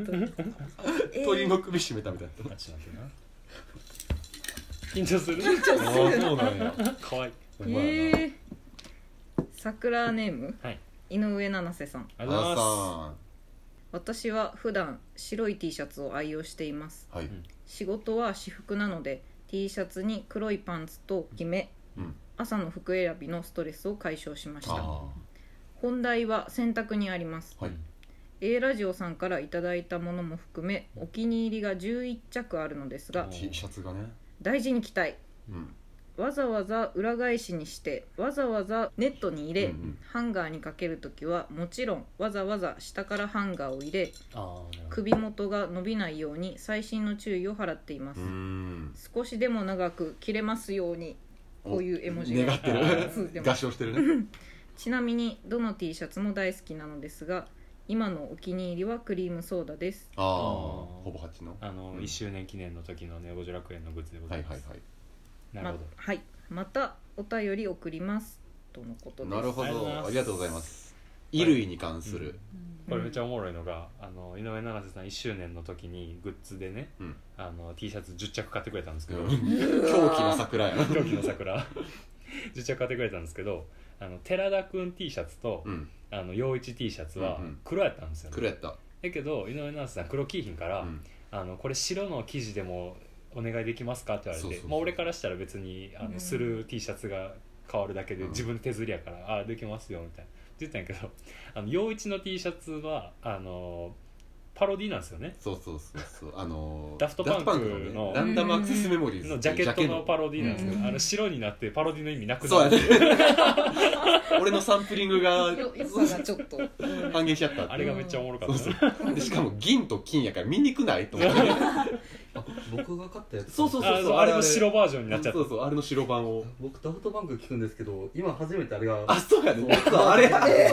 Speaker 3: 鳥の首絞めたみたいな
Speaker 4: あちょっと待ってな緊張する
Speaker 3: あーそうなんや
Speaker 4: かわいい
Speaker 3: お前やな
Speaker 6: えー、桜ネーム、
Speaker 4: はい
Speaker 6: 井上七瀬さん
Speaker 4: あ
Speaker 3: あ
Speaker 4: りがとうございま
Speaker 3: さ
Speaker 6: 私は普段白い T シャツを愛用しています
Speaker 3: んはい、
Speaker 4: ん
Speaker 6: 仕事は私服なので T シャツに黒いパンツと決め、
Speaker 3: うん
Speaker 6: 朝の服選びのストレスを解消しまし
Speaker 3: あ
Speaker 6: た本題は選択にあります、
Speaker 3: はい
Speaker 6: A ラジオさんからいただいたものも含めお気に入りが11着あるのですが
Speaker 3: ー T シャツがね
Speaker 6: 大事に着たい
Speaker 3: うん
Speaker 6: わざわざ裏返しにしてわざわざネットに入れ、
Speaker 3: うんうん
Speaker 6: ハンガーにかけるときはもちろんわざわざ下からハンガーを入れ
Speaker 4: すあーなるほど
Speaker 6: 首元が伸びないように細心の注意を払っています、
Speaker 3: うーん
Speaker 6: 少しでも長く切れますようにこういう絵文字
Speaker 3: 願って
Speaker 6: ついて
Speaker 3: る合
Speaker 6: ます
Speaker 3: 唱してるね
Speaker 6: ちなみにどの T シャツも大好きなのですが今のお気に入りはクリームソーダです
Speaker 3: ああほぼ八のは
Speaker 4: あの、
Speaker 3: うん
Speaker 4: 1周年記念の時のネゴジ楽園のグッズでご
Speaker 3: いは
Speaker 4: ざ
Speaker 3: い
Speaker 4: います、
Speaker 3: はい
Speaker 4: なるほど、
Speaker 6: まはいまたお便り送りますとのことです
Speaker 3: なるほどありがとうございます衣類に関する
Speaker 4: これめっちゃおもろいのがあの井上七瀬さん1周年の時にグッズでね、
Speaker 3: うん
Speaker 4: あの T シャツ10着買ってくれたんですけど、
Speaker 3: うん狂気の桜やな
Speaker 4: 狂気の桜 10着買ってくれたんですけどあの寺田君 T シャツと、
Speaker 3: うん
Speaker 4: あの陽一 T シャツは
Speaker 3: うんうん
Speaker 4: 黒やったんですよね、
Speaker 3: 黒やった
Speaker 4: だけど井上七瀬さん黒着いひんから、
Speaker 3: うん
Speaker 4: あのこれ白の生地でもお願いできますかって言われて
Speaker 3: そうそうそう
Speaker 4: まあ、俺からしたら別にあ
Speaker 6: う
Speaker 4: の
Speaker 6: ん
Speaker 4: する T シャツが変わるだけで、
Speaker 3: うん
Speaker 4: 自分で手刷りやからああできますよみたいなって言ったんやけどあの陽一の T シャツはあのパロディなんですよね
Speaker 3: そうそうそうそうあのー
Speaker 4: ダフトパンクの
Speaker 3: ダね、ランダムアクセスメモリーズ
Speaker 4: のジャケットのパロディなんですけ
Speaker 6: うん
Speaker 4: どあの白になってパロディの意味なく
Speaker 3: そ
Speaker 4: な
Speaker 3: う
Speaker 4: る
Speaker 3: やね俺のサンプリングが
Speaker 6: よ良さがちょっとうん
Speaker 3: 半減しちゃったっていう
Speaker 4: あれがめっちゃおもろか
Speaker 3: そう
Speaker 4: っ
Speaker 3: そ
Speaker 4: た
Speaker 3: うでしかも銀と金やから見にくないと思って
Speaker 7: あ僕が買ったやつ
Speaker 3: そうそう
Speaker 4: あ
Speaker 3: そう
Speaker 4: そうあれの白バージョンになっちゃった
Speaker 3: そうそうあれの白版を
Speaker 7: 僕ダフトバンク聞くんですけど今初めてあれが
Speaker 3: あそうやね
Speaker 7: そう
Speaker 3: そうあれやね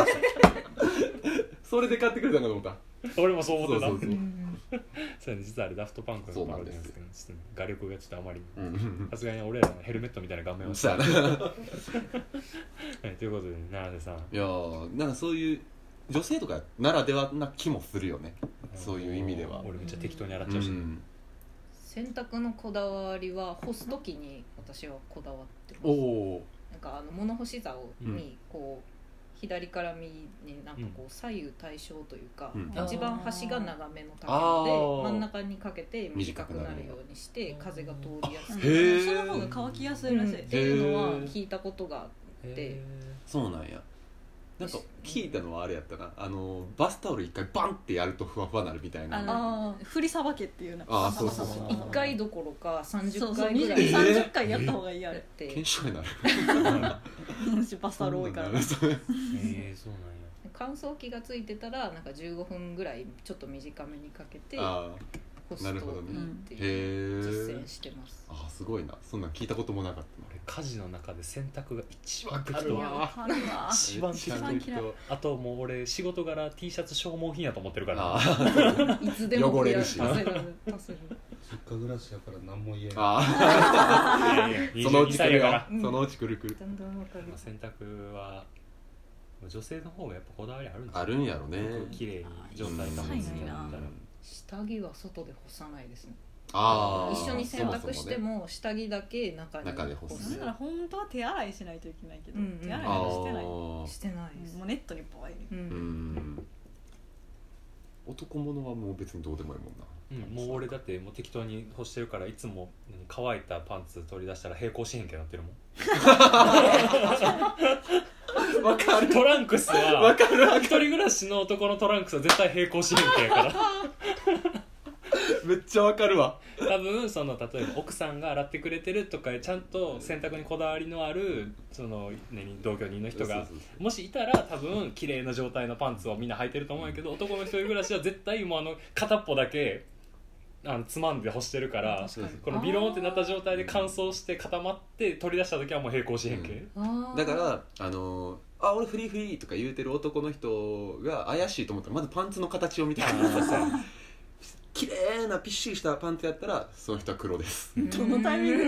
Speaker 3: それで買ってくれたんかと思った
Speaker 4: 俺もそう思ってた
Speaker 3: そ
Speaker 4: そうう
Speaker 3: そう
Speaker 6: うん
Speaker 4: やね実はあれダフトパンクのパロディなんですけどちょっとね画力がちょっとあまりに
Speaker 3: うんうん
Speaker 4: さすがに俺らのヘルメットみたいな顔面
Speaker 3: う
Speaker 4: を
Speaker 3: ん
Speaker 4: し
Speaker 3: そ
Speaker 4: て、
Speaker 3: う
Speaker 4: は、
Speaker 3: やない
Speaker 4: ということで奈良瀬さん
Speaker 3: いやーなんかそういう女性とかならではな気もするよねそういう意味では
Speaker 4: 俺めっちゃ適当に洗っちゃうし、
Speaker 3: ん
Speaker 6: 洗濯のこだわりは干す時に私はこだわってます
Speaker 3: おお
Speaker 6: なんかあの物干し竿
Speaker 3: うん
Speaker 6: にこう左から右になんかこう左右対称というか、
Speaker 3: うん
Speaker 6: 一番端が長めの竹で
Speaker 3: あー
Speaker 6: 真ん中にかけて短くなるようにして
Speaker 5: 短くな
Speaker 6: 風
Speaker 5: る
Speaker 6: が通りやす
Speaker 5: うん
Speaker 6: く
Speaker 3: へー
Speaker 5: その方が乾きやすいらしい、
Speaker 6: っ
Speaker 3: へ
Speaker 6: て
Speaker 3: ー
Speaker 6: いうのは聞いたことが
Speaker 4: へ
Speaker 3: そうなんやなんか聞いたのはあれやったなあのバスタオル一回バンってやるとふわふわなるみたいな
Speaker 5: あの振りさばけっていうの
Speaker 3: あーそうそうそう
Speaker 6: 1回どころか
Speaker 5: そう
Speaker 6: 30
Speaker 5: そう
Speaker 6: 回ぐ
Speaker 5: 20
Speaker 6: らい
Speaker 3: え
Speaker 5: 30回やった方がいい
Speaker 6: や
Speaker 5: あ
Speaker 6: って
Speaker 5: れ
Speaker 3: 検証になる
Speaker 5: バスタロー多いから
Speaker 3: そ うなんだ
Speaker 4: えそうなんや
Speaker 6: 乾燥機がついてたらなんか15分ぐらいちょっと短めにかけて干
Speaker 3: あー
Speaker 6: す
Speaker 3: な
Speaker 6: とい
Speaker 3: るほどね
Speaker 6: いって
Speaker 3: へ
Speaker 6: いう実
Speaker 3: え
Speaker 6: 践してます
Speaker 3: あーすごいなそんなん聞いたこともなかったな
Speaker 4: 俺家事の中で洗濯が一番適
Speaker 3: ある
Speaker 4: 当
Speaker 3: わ
Speaker 5: ある わ
Speaker 4: 一番適
Speaker 5: 一
Speaker 4: 当
Speaker 5: 番嫌い
Speaker 4: あともう俺仕事柄 T シャツ消耗品やと思ってるから
Speaker 3: あー
Speaker 6: いつでも
Speaker 3: 汚れるし
Speaker 6: 増やせる足 せる
Speaker 7: 実家暮らしやから何も言えない
Speaker 3: あーそのうち来
Speaker 4: 歳
Speaker 3: る
Speaker 4: やか
Speaker 3: よ
Speaker 4: ら
Speaker 6: うん
Speaker 3: そのうち来る来る
Speaker 6: だんだんわかる
Speaker 4: 洗濯は女性の方がやっぱこだわりあるんじゃ
Speaker 3: あるんやろね
Speaker 4: 綺麗に状態保つんやっ
Speaker 5: あー
Speaker 4: たら
Speaker 6: 下着は外で干さないですね
Speaker 3: ああ
Speaker 6: 一緒に洗濯しても下着だけ中に
Speaker 3: 中で干す
Speaker 5: なんなら本当は手洗いしないといけないけど、
Speaker 6: うん
Speaker 5: 手洗い
Speaker 3: あ
Speaker 5: なんかしてないも
Speaker 3: ー
Speaker 6: してないです
Speaker 5: うネットにポイ
Speaker 6: う
Speaker 3: うんん男物はもう別にどうでもいいもんな
Speaker 4: うんもう俺だってもう適当に干してるからいつも何乾いたパンツ取り出したら平行四辺形になってるもん
Speaker 3: わかる
Speaker 4: トランクス
Speaker 3: わ
Speaker 4: は
Speaker 3: かる
Speaker 4: 一人暮らしの男のトランクスは絶対平行四辺形やから
Speaker 3: めっちゃわかるわ
Speaker 4: 多分その例えば奥さんが洗ってくれてるとかちゃんと洗濯にこだわりのあるその何同居人の人が
Speaker 3: そうそう
Speaker 4: もしいたら多分綺麗な状態のパンツをみんな履いてると思うんやけど男の一人暮らしは絶対もうあの片っぽだけあのつまんで干してるから
Speaker 3: そうそう
Speaker 4: このビローンってなった状態で乾燥して固まって取り出した時はもう平行四辺形、
Speaker 6: あー
Speaker 3: だからあのーあ俺フリーフリーとか言うてる男の人が怪しいと思ったらまずパンツの形を見 てください綺麗なピッシリしたパンツやったらその人は黒です
Speaker 6: うん
Speaker 5: どのタイミ ング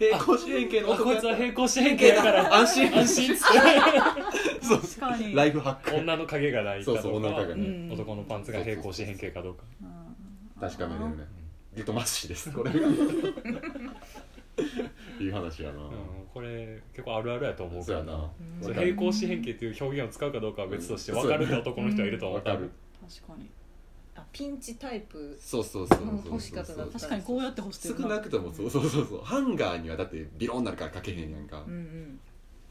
Speaker 5: で
Speaker 3: 平行四辺形の
Speaker 4: あこ
Speaker 3: 男
Speaker 4: い
Speaker 3: やっ
Speaker 4: つ
Speaker 3: た
Speaker 4: は
Speaker 3: ら
Speaker 4: 平行四辺形だから
Speaker 3: 安心
Speaker 4: 安心っつっ
Speaker 3: そう
Speaker 5: 確かに
Speaker 3: ライフハック
Speaker 4: て女の影がないか
Speaker 3: そ
Speaker 4: どう
Speaker 3: う
Speaker 4: か
Speaker 3: そう女の影が
Speaker 6: う
Speaker 3: ね
Speaker 6: ん
Speaker 4: 男のパンツが平行四辺形かどうか
Speaker 5: うん
Speaker 3: 確かめれるねリトマス紙ですこれいう話やな、
Speaker 4: うん、これ結構あるあるやと思う
Speaker 3: そうやな
Speaker 6: うん
Speaker 4: そう平行四辺形という表現を使うかどうかは別として
Speaker 3: うん
Speaker 4: 分かるって男の人はいると思
Speaker 3: わ
Speaker 4: う
Speaker 3: かる
Speaker 5: 確かに
Speaker 6: あピンチタイプ
Speaker 3: そうそうそうそう
Speaker 6: うん欲しかったな
Speaker 5: 確かにこうやって干して
Speaker 3: 少
Speaker 5: るな
Speaker 3: なくともそうそうそうそうハンガーにはだってビロンになるからかけへんやんか
Speaker 6: う、ん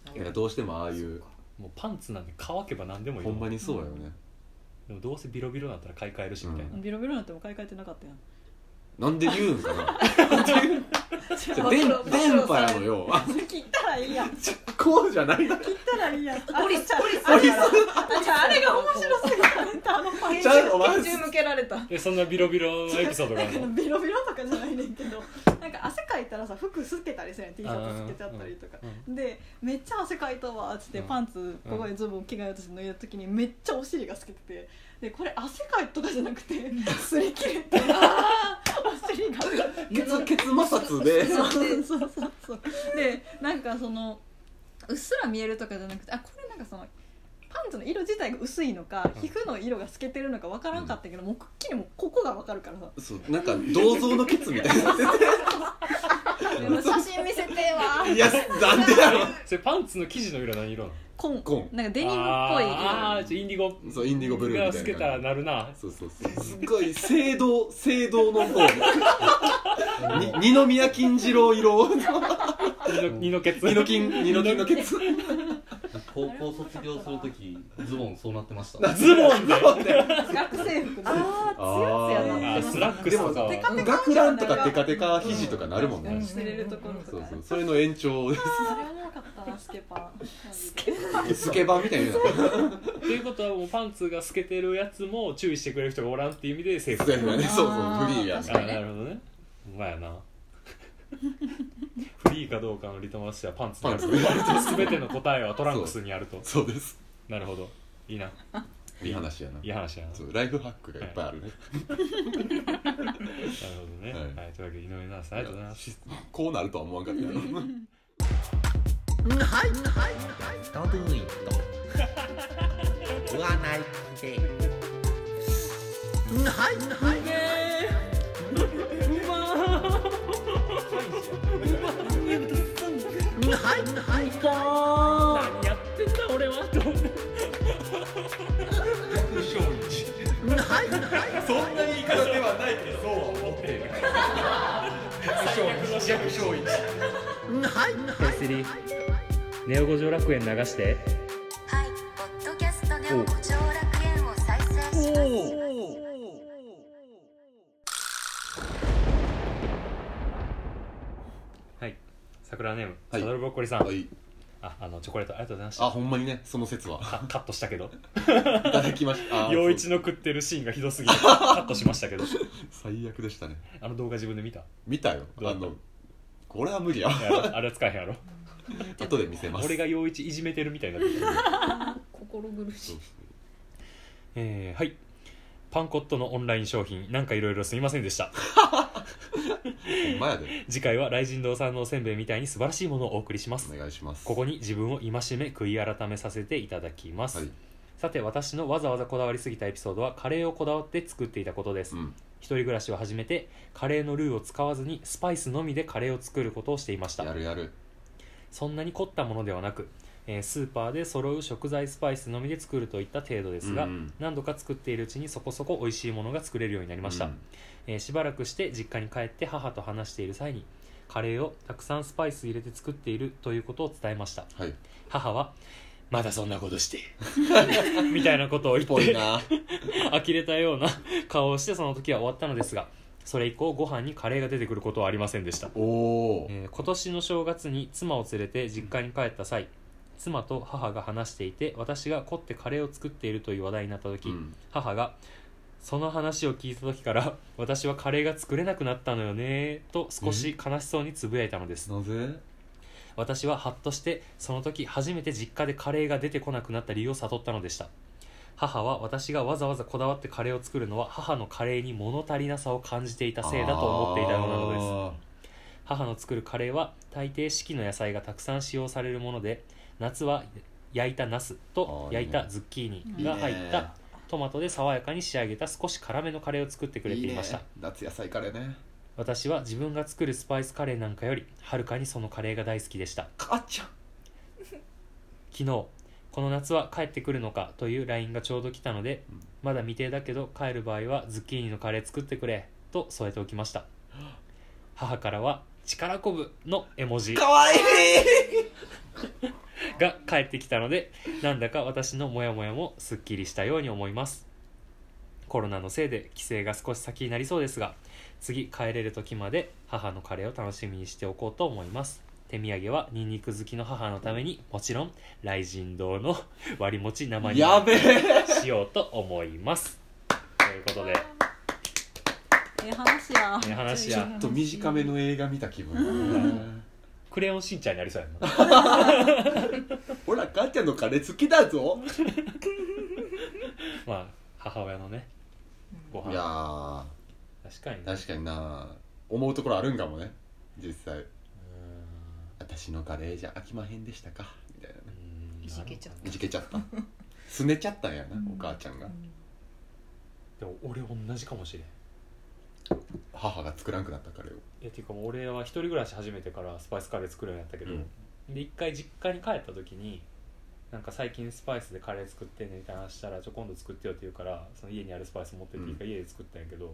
Speaker 3: だから
Speaker 6: う
Speaker 3: どうしてもああいう
Speaker 4: もうパンツなんて乾けば何でもいい
Speaker 3: ほんま
Speaker 4: に
Speaker 3: にそうやよね、
Speaker 4: でもどうせビロビロだったら買い替えるしみたいな、
Speaker 5: ビロビロになっても買い替えてなかったやん
Speaker 3: なんで言うんかな
Speaker 5: 切
Speaker 3: じゃあ電電波やのよあ
Speaker 5: ったらいいや ん切
Speaker 3: こうじゃないな
Speaker 5: ったらいいやん
Speaker 6: ポリスポリス
Speaker 5: あれあれが面白すぎた あのパン
Speaker 3: ちゃうお前
Speaker 6: 拳銃向けられた
Speaker 4: でそんなビロビロのエピソードがあ るの
Speaker 5: ビロビロとかじゃないねんけどなんか汗かいたらさ服すけたりするやん T シャツすけちゃったりとかでめっちゃ汗かいたわっつって
Speaker 4: うん
Speaker 5: パンツここにズボン着替えようとして脱いだ時にめっちゃお尻が透けててでこれ汗かいとかじゃな くて擦り切れてお尻が
Speaker 3: ケツ ケツ摩擦で
Speaker 5: そうそうそうそうでなんかそのうっすら見えるとかじゃなくてあこれなんかそのパンツの色自体が薄いのか皮膚の色が透けてるのかわからんかったけど、もうくっきりもうここがわかるからさ
Speaker 3: そうなんか銅像のケツみたいになって
Speaker 5: でも写真見せて えわ
Speaker 3: ていやなんでやろ
Speaker 4: それパンツの生地の色何色なの
Speaker 5: コン
Speaker 3: コン
Speaker 5: なんかデニムっぽい
Speaker 4: あーあーちょインディゴ
Speaker 3: そうインディゴブルーみ
Speaker 4: が
Speaker 3: たい
Speaker 4: 透
Speaker 3: な
Speaker 4: けたらなるな
Speaker 3: そうそうそうすっごい聖堂聖堂の方に二宮金次郎色
Speaker 4: 二の二のケツ
Speaker 3: 二の金二の金のケツ
Speaker 7: 高高校卒業するときズボンそうなってました
Speaker 2: ズボンだ
Speaker 6: 学生服
Speaker 5: ああツヤツヤなってます
Speaker 4: スラックスとかは
Speaker 6: テカテカ
Speaker 3: 学ランとかテカテカ肘とかなるもん
Speaker 6: う
Speaker 3: ね
Speaker 6: 捨てれるところと
Speaker 3: そう
Speaker 6: か
Speaker 3: そうそれの延長
Speaker 5: あーあれおもろかったなスケパンスケ
Speaker 3: スケバンみたいな
Speaker 4: っていうことはもうパンツが透けてるやつも注意してくれる人がおらんっていう意味でセーフ
Speaker 3: そうやねそうそう
Speaker 5: あー
Speaker 3: フリーや
Speaker 5: 確
Speaker 4: あ
Speaker 5: か
Speaker 3: ね
Speaker 5: に
Speaker 4: なるほどねほんまやな フリーかどうかのリトマス紙はパンツにあると
Speaker 3: パンツ
Speaker 4: 全ての答えはトランクスにあると
Speaker 3: そうです
Speaker 4: なるほどいいない
Speaker 3: い話やない
Speaker 4: い話やな
Speaker 3: そうライフハックがいっぱいあるね
Speaker 4: なるほどね、
Speaker 3: は
Speaker 4: は
Speaker 3: い
Speaker 4: い、というわけで井上奈々さんありがとうございます
Speaker 3: こうなるとは思わんかったよ
Speaker 2: ドゥーイット言わないではいはいはいはい
Speaker 4: 何やってんだ俺はと思って
Speaker 2: はい
Speaker 3: そんな言い方ではないけどそうは思ってる弱小一
Speaker 2: はい
Speaker 4: 3ネオ五条楽園流して
Speaker 8: はい、ポッドキャストでも五条楽園を再生します。
Speaker 4: はい桜ネーム
Speaker 3: は
Speaker 4: サ
Speaker 3: い
Speaker 4: ドルボッコリさん、
Speaker 3: はい
Speaker 4: ああのチョコレートありがとうございました
Speaker 3: あほんまにねその説は
Speaker 4: カカットしたけど
Speaker 3: いただきま したあー
Speaker 4: 陽一の食ってるシーンがひどすぎてカットしましたけど
Speaker 3: そう最悪でしたね
Speaker 4: あの動画自分で見た
Speaker 3: 見たよ
Speaker 4: どう
Speaker 3: あ
Speaker 4: だった
Speaker 3: のこれは無理や
Speaker 4: いやあれは使えへんやろ
Speaker 3: 後で見せます
Speaker 4: 俺が陽一いじめてるみたいになってる
Speaker 6: 心苦し
Speaker 3: そ
Speaker 6: いう
Speaker 4: えー、はいパンコットのオンライン商品なんかいろいろすみませんでした
Speaker 3: ほんまやで
Speaker 4: 次回は雷神堂さんのおせんべいみたいに素晴らしいものをお送りします
Speaker 3: お願いします
Speaker 4: ここに自分を戒め悔い改めさせていただきます、
Speaker 3: はい
Speaker 4: さて私のわざわざこだわりすぎたエピソードはカレーをこだわって作っていたことです、
Speaker 3: うん
Speaker 4: 一人暮らしを始めてカレーのルーを使わずにスパイスのみでカレーを作ることをしていました
Speaker 3: やるやる
Speaker 4: そんなに凝ったものではなく、えースーパーで揃う食材スパイスのみで作るといった程度ですが、
Speaker 3: うんうん
Speaker 4: 何度か作っているうちにそこそこ美味しいものが作れるようになりました、
Speaker 3: うん
Speaker 4: えーしばらくして実家に帰って母と話している際にカレーをたくさんスパイス入れて作っているということを伝えました
Speaker 3: はい
Speaker 4: 母は「まだそんなことして」 みたいなことを言っ
Speaker 3: ぽい
Speaker 4: て
Speaker 3: な
Speaker 4: 呆れたような 顔をしてその時は終わったのですがそれ以降ご飯にカレーが出てくることはありませんでした
Speaker 3: おおー
Speaker 4: えー今年の正月に妻を連れて実家に帰った際妻と母が話していて私が凝ってカレーを作っているという話題になった時、
Speaker 3: うん
Speaker 4: 母が「その話を聞いた時から 私はカレーが作れなくなったのよね」と少し悲しそうにつぶやいたのです
Speaker 3: なぜ
Speaker 4: 私はハッとしてその時初めて実家でカレーが出てこなくなった理由を悟ったのでした母は私がわざわざこだわってカレーを作るのは母のカレーに物足りなさを感じていたせいだと思っていたようなのです母の作るカレーは大抵四季の野菜がたくさん使用されるもので夏は焼いたナスと
Speaker 3: あーいい
Speaker 4: 焼い
Speaker 3: ね
Speaker 4: たズッキーニが入ったトマトで爽やかに仕上げた少し辛めのカレーを作ってくれていました
Speaker 3: いいね夏野菜カレーね
Speaker 4: 私は自分が作るスパイスカレーなんかよりはるかにそのカレーが大好きでした
Speaker 2: あっちゃん
Speaker 4: 昨日この夏は帰ってくるのかという LINE がちょうど来たので、まだ未定だけど帰る場合はズッキーニのカレー作ってくれと添えておきま した母からは力こぶの絵文字
Speaker 2: かわいい
Speaker 4: が返ってきたのでなんだか私のモヤモヤもすっきりしたように思いますコロナのせいで帰省が少し先になりそうですが次帰れる時まで母のカレーを楽しみにしておこうと思います手土産はニンニク好きの母のためにもちろん雷神堂の割り餅生に
Speaker 2: やべえ
Speaker 4: しようと思いますということで
Speaker 5: ええ話や
Speaker 4: ええ話
Speaker 6: い
Speaker 4: や
Speaker 3: ちょっと短めの映画見た気分だね
Speaker 4: クレヨンしんちゃんになりそうや な
Speaker 3: ほら母ちゃんのカレー好きだぞ
Speaker 4: まあ母親のねご
Speaker 3: い
Speaker 4: 飯
Speaker 3: や
Speaker 4: 確かに
Speaker 3: ー
Speaker 4: ね
Speaker 3: 確かにな思うところあるんかもね実際
Speaker 4: うん
Speaker 3: 私のカレーじゃ飽きまへんでしたかみたいなね
Speaker 4: うん
Speaker 6: いじけちゃった
Speaker 3: いじけちゃったすねちゃったんやなお母ちゃんが
Speaker 4: でも俺同じかもしれん
Speaker 3: 母が作らんくなったカレーを
Speaker 4: いやっていうかもう俺は一人暮らし始めてからスパイスカレー作るようになったけど、で一回実家に帰った時になんか最近スパイスでカレー作ってんねみたいな話したらちょ今度作ってよって言うからその家にあるスパイス持ってっていいから家で作ったんやけど、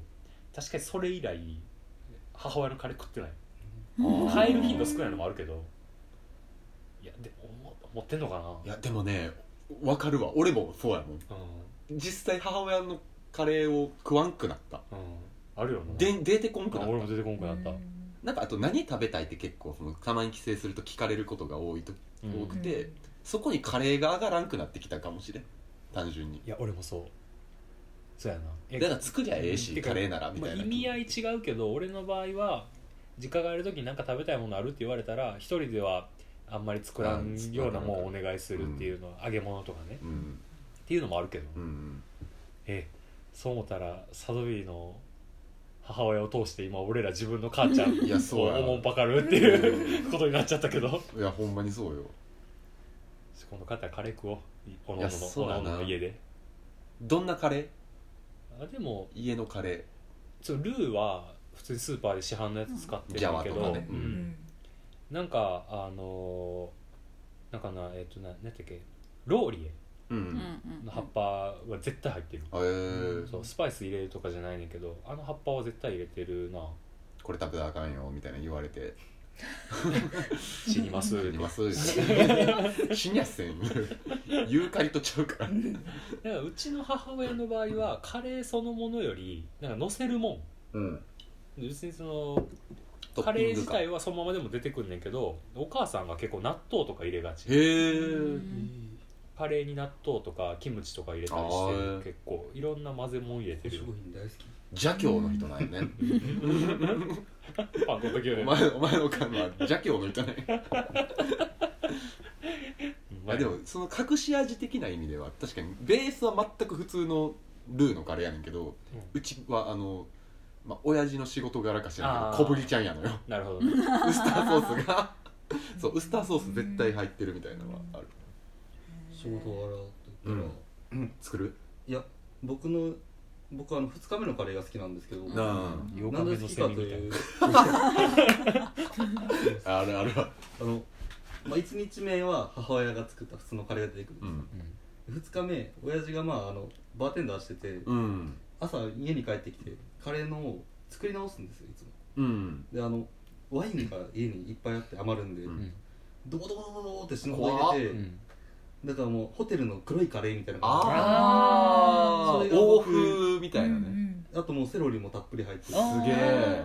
Speaker 4: 確かにそれ以来母親のカレー食ってない
Speaker 3: あー
Speaker 4: 買える頻度少ないのもあるけどいやでも思持ってんのか
Speaker 3: いやでもねわかるわ俺もそうやもん
Speaker 4: な
Speaker 3: 実際母親のカレーを食わんくなった
Speaker 4: うん、うん、あるよな
Speaker 3: で出てこんく
Speaker 4: あ
Speaker 3: なっ
Speaker 4: 俺も
Speaker 3: た
Speaker 4: 出てこんくなった、
Speaker 3: なんかあと何食べたいって結構そのたまに帰省すると聞かれることが多いと
Speaker 4: うん
Speaker 3: 多くて、そこにカレーが上がらんくなってきたかもしれん単純に
Speaker 4: いや俺もそうそうやなえ
Speaker 3: だから作りゃええ
Speaker 4: て
Speaker 3: し
Speaker 4: か
Speaker 3: カレーならみ
Speaker 4: ま
Speaker 3: た
Speaker 4: あ、
Speaker 3: いな、
Speaker 4: 意味合い違うけど俺の場合は実家がある時に何か食べたいものあるって言われたら一人ではあんまり作らんようなもんをお願いするっていうのは揚げ物とかね
Speaker 3: うん
Speaker 4: っていうのもあるけど
Speaker 3: うん
Speaker 4: えそう思ったらサドビーの母親を通して今俺ら自分の母ちゃん
Speaker 3: いやそうやな
Speaker 4: をおもんぱかるっていうことになっちゃったけ ど
Speaker 3: いやほんまにそうよ
Speaker 4: 今度帰ったらカレー食おうおの
Speaker 3: いや
Speaker 4: の
Speaker 3: そ
Speaker 4: お
Speaker 3: うやな
Speaker 4: のの家で
Speaker 3: どんなカレー
Speaker 4: あでも
Speaker 3: 家のカレ
Speaker 4: ちょルーは普通にスーパーで市販のやつ使ってるんだけ
Speaker 3: ギャワ
Speaker 4: ど、
Speaker 3: とかね
Speaker 4: う
Speaker 3: うん
Speaker 4: んなんかあのーなんかなえっ、とな何だっけローリ
Speaker 3: ーうん、
Speaker 4: エの葉っぱは絶対入ってる、
Speaker 3: えー
Speaker 4: そうスパイス入れるとかじゃないねんけどあの葉っぱは絶対入れてるな
Speaker 3: これ食べたらあかんよみたいな言われて
Speaker 4: 死にます
Speaker 3: 死にます死にゃせんユーカリとちゃうから
Speaker 4: だからうちの母親の場合はカレーそのものよりなんか乗せるも
Speaker 3: うん
Speaker 4: ん別にそのカレー自体
Speaker 3: へ
Speaker 4: はそのままでも出てくんねんけどお母さんが結構納豆とか入れがち
Speaker 3: え
Speaker 4: カレーに納豆とかキムチとか入れたり
Speaker 3: あ
Speaker 4: して
Speaker 3: ー
Speaker 4: 結構いろんな混ぜ物入れてる
Speaker 7: 商品大好き
Speaker 3: 邪教の人なんやね
Speaker 4: パン粉と牛
Speaker 3: お
Speaker 4: 乳
Speaker 3: 前お前の感は邪教の人なんや
Speaker 4: うん
Speaker 3: いやでもその隠し味的な意味では確かにベースは全く普通のルーのカレーやねんけど、うちはあのまあ親父の仕事柄かしらんけど
Speaker 4: あー
Speaker 3: 小ぶりちゃんやのよ
Speaker 4: なるほどね
Speaker 3: ウスターソースがそうウスターソース絶対入ってるみたいなのはある
Speaker 7: 仕事柄と言ったら、
Speaker 3: うん作る
Speaker 7: いや僕の僕はあの2日目のカレーが好きなんですけど
Speaker 3: なあ
Speaker 4: 8日目
Speaker 7: なんで
Speaker 4: の
Speaker 7: 好き
Speaker 4: セ
Speaker 7: か
Speaker 4: ミ
Speaker 7: と
Speaker 4: みたい
Speaker 7: い
Speaker 4: な
Speaker 7: う
Speaker 3: あるあるあ
Speaker 7: あの、まあ、1日目は母親が作った普通のカレーが出てくる
Speaker 3: るうん
Speaker 7: 2日目親父がまああのバーテンダーしてて
Speaker 3: うん
Speaker 7: 朝家に帰ってきてカレーのを作り直すんですよいつも
Speaker 3: うん
Speaker 7: であのワインが家にいっぱいあって余るんで、
Speaker 3: うん
Speaker 7: ドボドボドボドボって死ぬほど入れて、
Speaker 4: うん
Speaker 7: だからもうホテルの黒いカレーみたいな感
Speaker 3: あ
Speaker 7: それ
Speaker 3: ー
Speaker 7: が
Speaker 3: 欧
Speaker 7: 僕
Speaker 3: 風みたいなね、
Speaker 7: じあともうセロリもたっぷり入ってる
Speaker 3: すげえ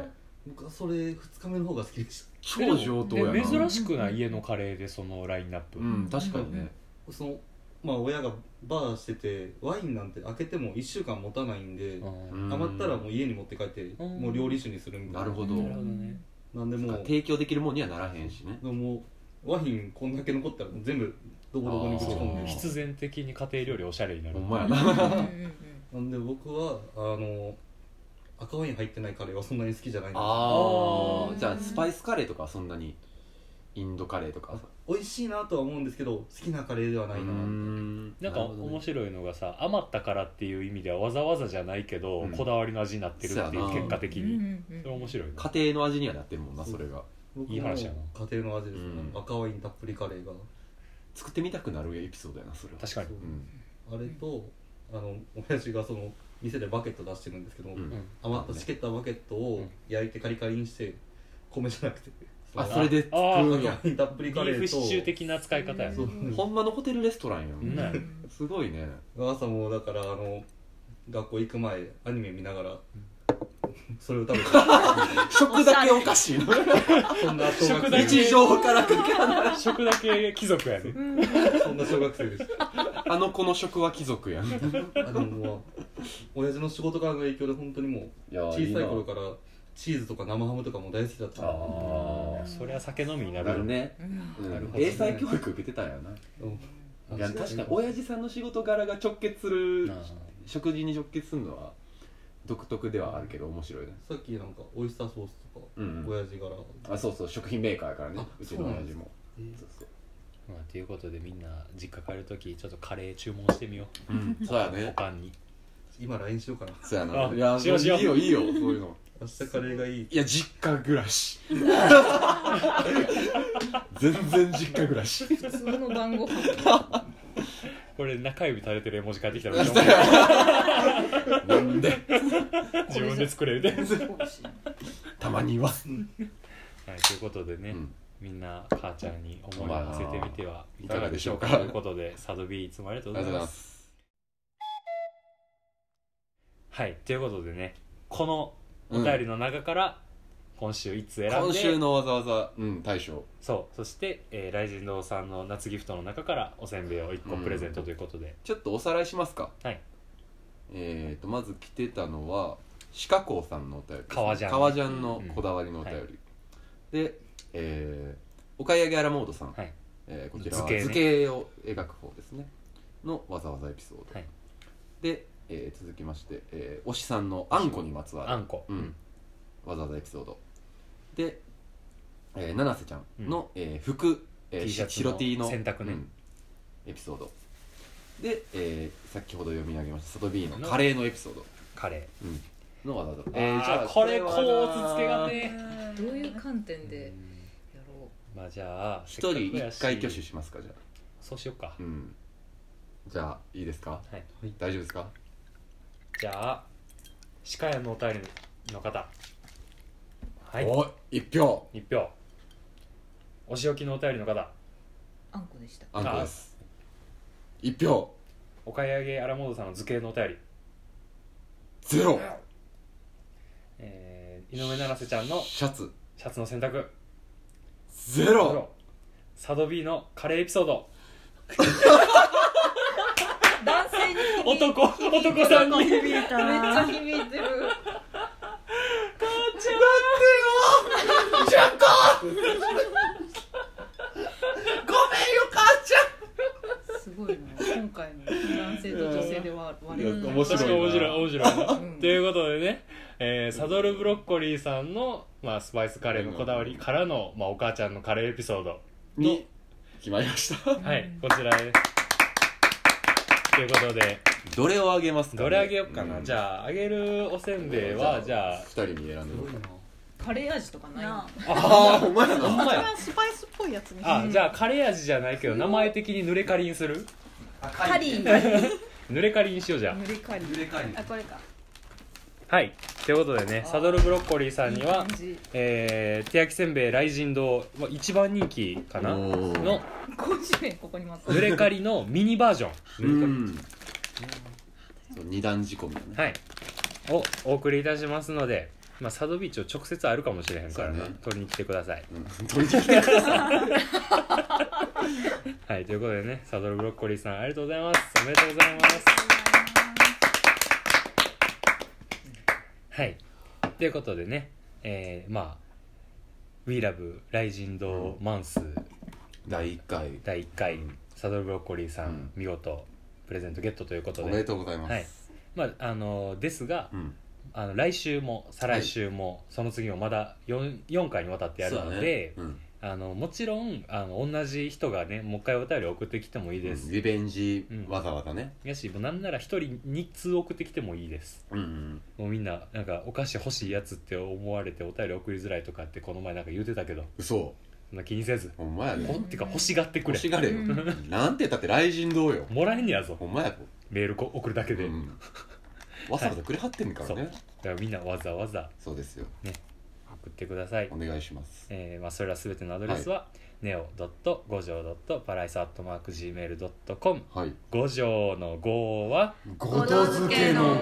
Speaker 7: 僕はそれ2日目の方が好きでした
Speaker 3: 超上等やな
Speaker 4: で珍しくない家のカレーでそのラインナップ、
Speaker 3: うん確かにね
Speaker 7: そのまあ親がバーしててワインなんて開けても1週間持たないんで、
Speaker 4: うん
Speaker 3: うん
Speaker 7: 余ったらもう家に持って帰って、
Speaker 4: ん
Speaker 7: もう料理酒にするみたいな
Speaker 3: なるほど
Speaker 4: なるほどね
Speaker 7: なんでもう
Speaker 3: 提供できるもんにはならへんしね
Speaker 7: でももうワインこんだけ残ったらもう全部どこどこにぶち込ん
Speaker 3: あー
Speaker 7: で
Speaker 4: 必然的に家庭料理おしゃれになる
Speaker 3: ほんまやな
Speaker 7: なんで僕はあの赤ワイン入ってないカレーはそんなに好きじゃないんです
Speaker 3: ああじゃあスパイスカレーとかはそんなにインドカレーとか
Speaker 7: 美味しいなとは思うんですけど好きなカレーではな
Speaker 3: う
Speaker 7: い
Speaker 3: ー
Speaker 7: な、
Speaker 3: ん
Speaker 4: なんか
Speaker 3: るほどね
Speaker 4: 面白いのがさ余ったからっていう意味ではわざわざじゃないけど、
Speaker 3: うん
Speaker 4: こだわりの味になってるってい
Speaker 3: そう
Speaker 4: う
Speaker 3: やな
Speaker 4: 結果的に、それ面白いな
Speaker 3: 家庭の味にはなってるもんなそれが
Speaker 7: 僕も
Speaker 4: いい話やな
Speaker 7: 家庭の味ですね、
Speaker 3: うん
Speaker 7: 赤ワインたっぷりカレーが
Speaker 3: 作ってみたくなるエピソードやなそれは
Speaker 4: 確かに
Speaker 7: そう
Speaker 3: うん
Speaker 7: あれとあの親父がその店でバケット出してるんですけど、
Speaker 3: うん
Speaker 4: うん
Speaker 7: 余ったしけったバケットを焼いてカリカリにして米じゃなくて
Speaker 3: あ
Speaker 7: の
Speaker 3: それで作るん
Speaker 7: 赤
Speaker 3: や
Speaker 7: ワインたっぷ
Speaker 4: ビ
Speaker 7: りカレ
Speaker 4: ー
Speaker 7: ー
Speaker 4: フ
Speaker 7: と
Speaker 4: シチュー的な使い方や
Speaker 7: そう
Speaker 3: ほんまのホテルレストランやん
Speaker 4: ね
Speaker 3: すごいね
Speaker 7: 朝もだからあの学校行く前アニメ見ながらそれを食 べて
Speaker 3: 食だけおかしいな
Speaker 7: そんな小学
Speaker 4: 食だ
Speaker 7: 生
Speaker 4: け
Speaker 3: 日常からかけ離れ
Speaker 4: 食だけ貴族やね
Speaker 7: そんな小学生でした
Speaker 3: あの子の食は貴族やんい
Speaker 7: あでももう親父の仕事からの影響で本当にもう
Speaker 3: や
Speaker 7: 小さい頃からチーズとか生ハムとかも大好きだったの
Speaker 3: あ
Speaker 4: そりゃ酒飲みにな
Speaker 3: あ
Speaker 4: る
Speaker 3: な
Speaker 4: よ
Speaker 3: るね
Speaker 7: なるほどね
Speaker 3: 英才教育受けてたんやな
Speaker 7: うん
Speaker 3: いや確かに親父さんの仕事柄が直結する
Speaker 4: あ
Speaker 3: 食事に直結するのは独特ではあるけど面白いね
Speaker 7: さっきなんかオイスターソースとか
Speaker 3: うん
Speaker 7: 親父から
Speaker 3: あそうそう食品メーカーやからね
Speaker 7: あ
Speaker 3: うちの親父もそうそう
Speaker 4: まあということでみんな実家帰るときちょっとカレー注文してみよう
Speaker 3: うん そうや
Speaker 4: お
Speaker 3: ね
Speaker 4: かんに
Speaker 7: 今 LINE しようかな
Speaker 3: そうやな
Speaker 4: あ
Speaker 3: いや
Speaker 4: しようしよう
Speaker 3: いいよいいよそういうの
Speaker 7: 明日カレーがいい
Speaker 3: いや実家暮らし 全然実家暮らし
Speaker 6: 普通の晩ご飯
Speaker 4: これ中指垂れてる絵文字返ってきた ら
Speaker 3: なんで
Speaker 4: 自 分で作れるで、はい、
Speaker 3: たまには
Speaker 4: ということでね、
Speaker 3: うん
Speaker 4: みんな母ちゃんに思いを寄せてみてはい
Speaker 3: い
Speaker 4: か
Speaker 3: か
Speaker 4: が
Speaker 3: が
Speaker 4: で
Speaker 3: で
Speaker 4: し
Speaker 3: し
Speaker 4: ょ
Speaker 3: ょ
Speaker 4: う
Speaker 3: う
Speaker 4: か
Speaker 3: か
Speaker 4: ということでサドビーいつもありがとう
Speaker 3: あり
Speaker 4: ご
Speaker 3: が
Speaker 4: ざいうま
Speaker 3: とございますす
Speaker 4: はいということでねこのお便りの中から今週1つ選んで、
Speaker 3: 今週のわざわざ、うん、大将
Speaker 4: そうそして、えー、ライジン堂さんの夏ギフトの中からおせんべいを1個プレゼントということで、
Speaker 3: ちょっとおさらいしますか
Speaker 4: はい
Speaker 3: えー、とまず来てたのは鹿子さんのお便りですね
Speaker 4: 革ジャン
Speaker 3: 革ジャンのこだわりのお便り、
Speaker 4: うん
Speaker 3: で、えーお買い上げアラモードさん、
Speaker 4: はい
Speaker 3: えーこちらは
Speaker 4: 図形ね
Speaker 3: 図形を描く方ですねのわざわざエピソード、
Speaker 4: はい
Speaker 3: で、えー続きまして、えー、推しさんのあんこにまつわる
Speaker 4: あんこ、
Speaker 3: うん、わざわざエピソードで、えー、七瀬ちゃんの、えー服、えー
Speaker 4: T シャツの
Speaker 3: し白 T の
Speaker 4: 洗濯ね
Speaker 3: うんエピソードで、えー、先ほど読み上げました外 B の
Speaker 4: の
Speaker 3: カレーのエピソード、
Speaker 4: カレ
Speaker 3: うん、のわざわざ
Speaker 4: ー、ーこれこうつつけがね
Speaker 6: どういう観点で
Speaker 4: うん
Speaker 6: やろう
Speaker 4: まあじゃあ
Speaker 3: 一人一回挙手
Speaker 4: し
Speaker 3: しますかじゃあ
Speaker 4: そうしようか、
Speaker 3: うんじゃあいいですか
Speaker 4: はい、
Speaker 3: 大丈夫ですか
Speaker 4: じゃあ鹿屋のお便りの方はい
Speaker 3: おい一票
Speaker 4: 一票お仕置きのお便りの方
Speaker 6: あんこでした
Speaker 3: あんこです一票
Speaker 4: お買い上げアラモードさんの図形のお便り、
Speaker 3: ゼロ
Speaker 4: えー井上七瀬ちゃんの
Speaker 3: シャツ
Speaker 4: シャツの洗濯
Speaker 3: ゼロ
Speaker 4: サド B のカレーエピソード
Speaker 6: 男性に響い
Speaker 4: 男男さんに
Speaker 5: 響いた
Speaker 6: めっちゃ響いてる
Speaker 2: ごめんよ母ちゃ
Speaker 6: すごいな今回の男性と女性で割割れる
Speaker 7: いや面白い
Speaker 4: 確
Speaker 7: な
Speaker 4: かに面白い面白いな
Speaker 6: うん
Speaker 4: ということでね、えーサドルブロッコリーさんの、まあ、スパイスカレーのこだわりからの、まあ、お母ちゃんのカレーエピソード
Speaker 3: に決まりました
Speaker 4: はいこちらへということで
Speaker 3: どれをあげますかね
Speaker 4: どれあげようかな、
Speaker 3: ん
Speaker 4: じゃああげるおせんべいはじゃあ
Speaker 3: 二人に選んでもらう
Speaker 6: カレー味とかないの
Speaker 5: な
Speaker 3: ああほんまや
Speaker 4: ほんまや
Speaker 5: スパイスっぽいやつに
Speaker 4: あじゃあカレー味じゃないけど名前的にぬれかりにする
Speaker 6: カリー
Speaker 4: ぬれかりにしようじゃあ
Speaker 6: 無理カリー
Speaker 5: あこれか
Speaker 4: はいということでねサドルブロッコリーさんには
Speaker 6: 感じ
Speaker 4: えー、手焼きせんべい雷神堂は一番人気かな
Speaker 3: おー
Speaker 4: の
Speaker 6: 50円ここにまつわ
Speaker 4: ぬ
Speaker 6: る
Speaker 4: れかりのミニバージョ
Speaker 3: う
Speaker 4: ン
Speaker 3: んそう二段仕込みだね
Speaker 4: はいをお送りいたしますので、まあ、サドビーチを直接あるかもしれへんから
Speaker 3: そ
Speaker 4: な、
Speaker 3: うね
Speaker 4: 取りに来てください
Speaker 3: うん取りに来て
Speaker 4: はいということでねサドルブロッコリーさんありがとうございますおめでとうございますはいということでねえー、まあ「WeLove 雷神堂マンス」
Speaker 3: 第一回
Speaker 4: 第1回、サドルブロッコリーさん、
Speaker 3: うん
Speaker 4: 見事プレゼントゲットということ
Speaker 3: お
Speaker 4: で
Speaker 3: めでとうございます、
Speaker 4: はいまああのですが、
Speaker 3: うん
Speaker 4: あの来週も再来週も、その次もまだ 4, 4回にわたってやるので、
Speaker 3: そうだね
Speaker 4: あのもちろんあの同じ人がねもう一回お便り送ってきてもいい
Speaker 3: うん
Speaker 4: です、
Speaker 3: リベンジわざわざね
Speaker 4: やしもうなんなら1人2通送ってきてもいいです
Speaker 3: うんうん
Speaker 4: もうみんななんかお菓子欲しいやつって思われてお便り送りづらいとかってこの前なんか言ってたけど
Speaker 3: 嘘
Speaker 4: そんな気にせず、
Speaker 3: ほんまや
Speaker 4: ほ
Speaker 3: ね
Speaker 4: ってか欲しがってく
Speaker 3: 欲
Speaker 4: れ
Speaker 3: しがれよ
Speaker 6: う
Speaker 3: なんて言ったって雷神堂よ
Speaker 4: もらえんねやぞ
Speaker 3: ほんまやこ
Speaker 4: メールこ送るだけで、
Speaker 3: うんわざわざくれはってんからね
Speaker 4: だからみんなわざわざ
Speaker 3: そうですよ
Speaker 4: 送ってください
Speaker 3: お、願いします
Speaker 4: えーまあ、それらすべてのアドレスは、ネオ neo.5 条 .parais.gmail.com
Speaker 3: はい
Speaker 4: 五条の5は
Speaker 3: ご
Speaker 5: とづけのご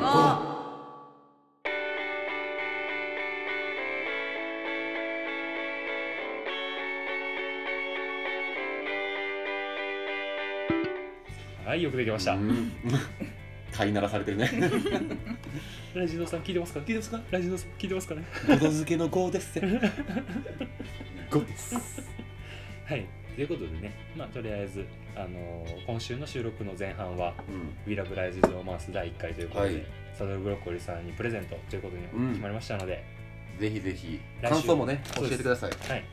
Speaker 4: はいよくできました、
Speaker 3: うん 飼いならされてる ね
Speaker 4: ラジノさん聞いてますか聞いてますかラジノさん聞いてますかね
Speaker 3: ごとづけのご ですよごです
Speaker 4: はいということでねまあとりあえず、あのー今週の収録の前半は「
Speaker 3: うん
Speaker 4: We Love Rises on Mars」第1回ということで、
Speaker 3: はい
Speaker 4: サドルブロッコリーさんにプレゼントということに
Speaker 3: うん
Speaker 4: 決まりましたので、
Speaker 3: ぜひぜひ
Speaker 4: 来週
Speaker 3: 感想もね
Speaker 4: そ
Speaker 3: 教
Speaker 4: うで
Speaker 3: えて
Speaker 4: す
Speaker 3: ください
Speaker 4: はい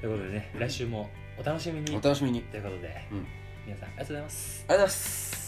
Speaker 4: ということでね来週もお楽しみに
Speaker 3: お楽しみに
Speaker 4: ということで、
Speaker 3: うん
Speaker 4: 皆さんありがとうございます
Speaker 3: ありがとうございます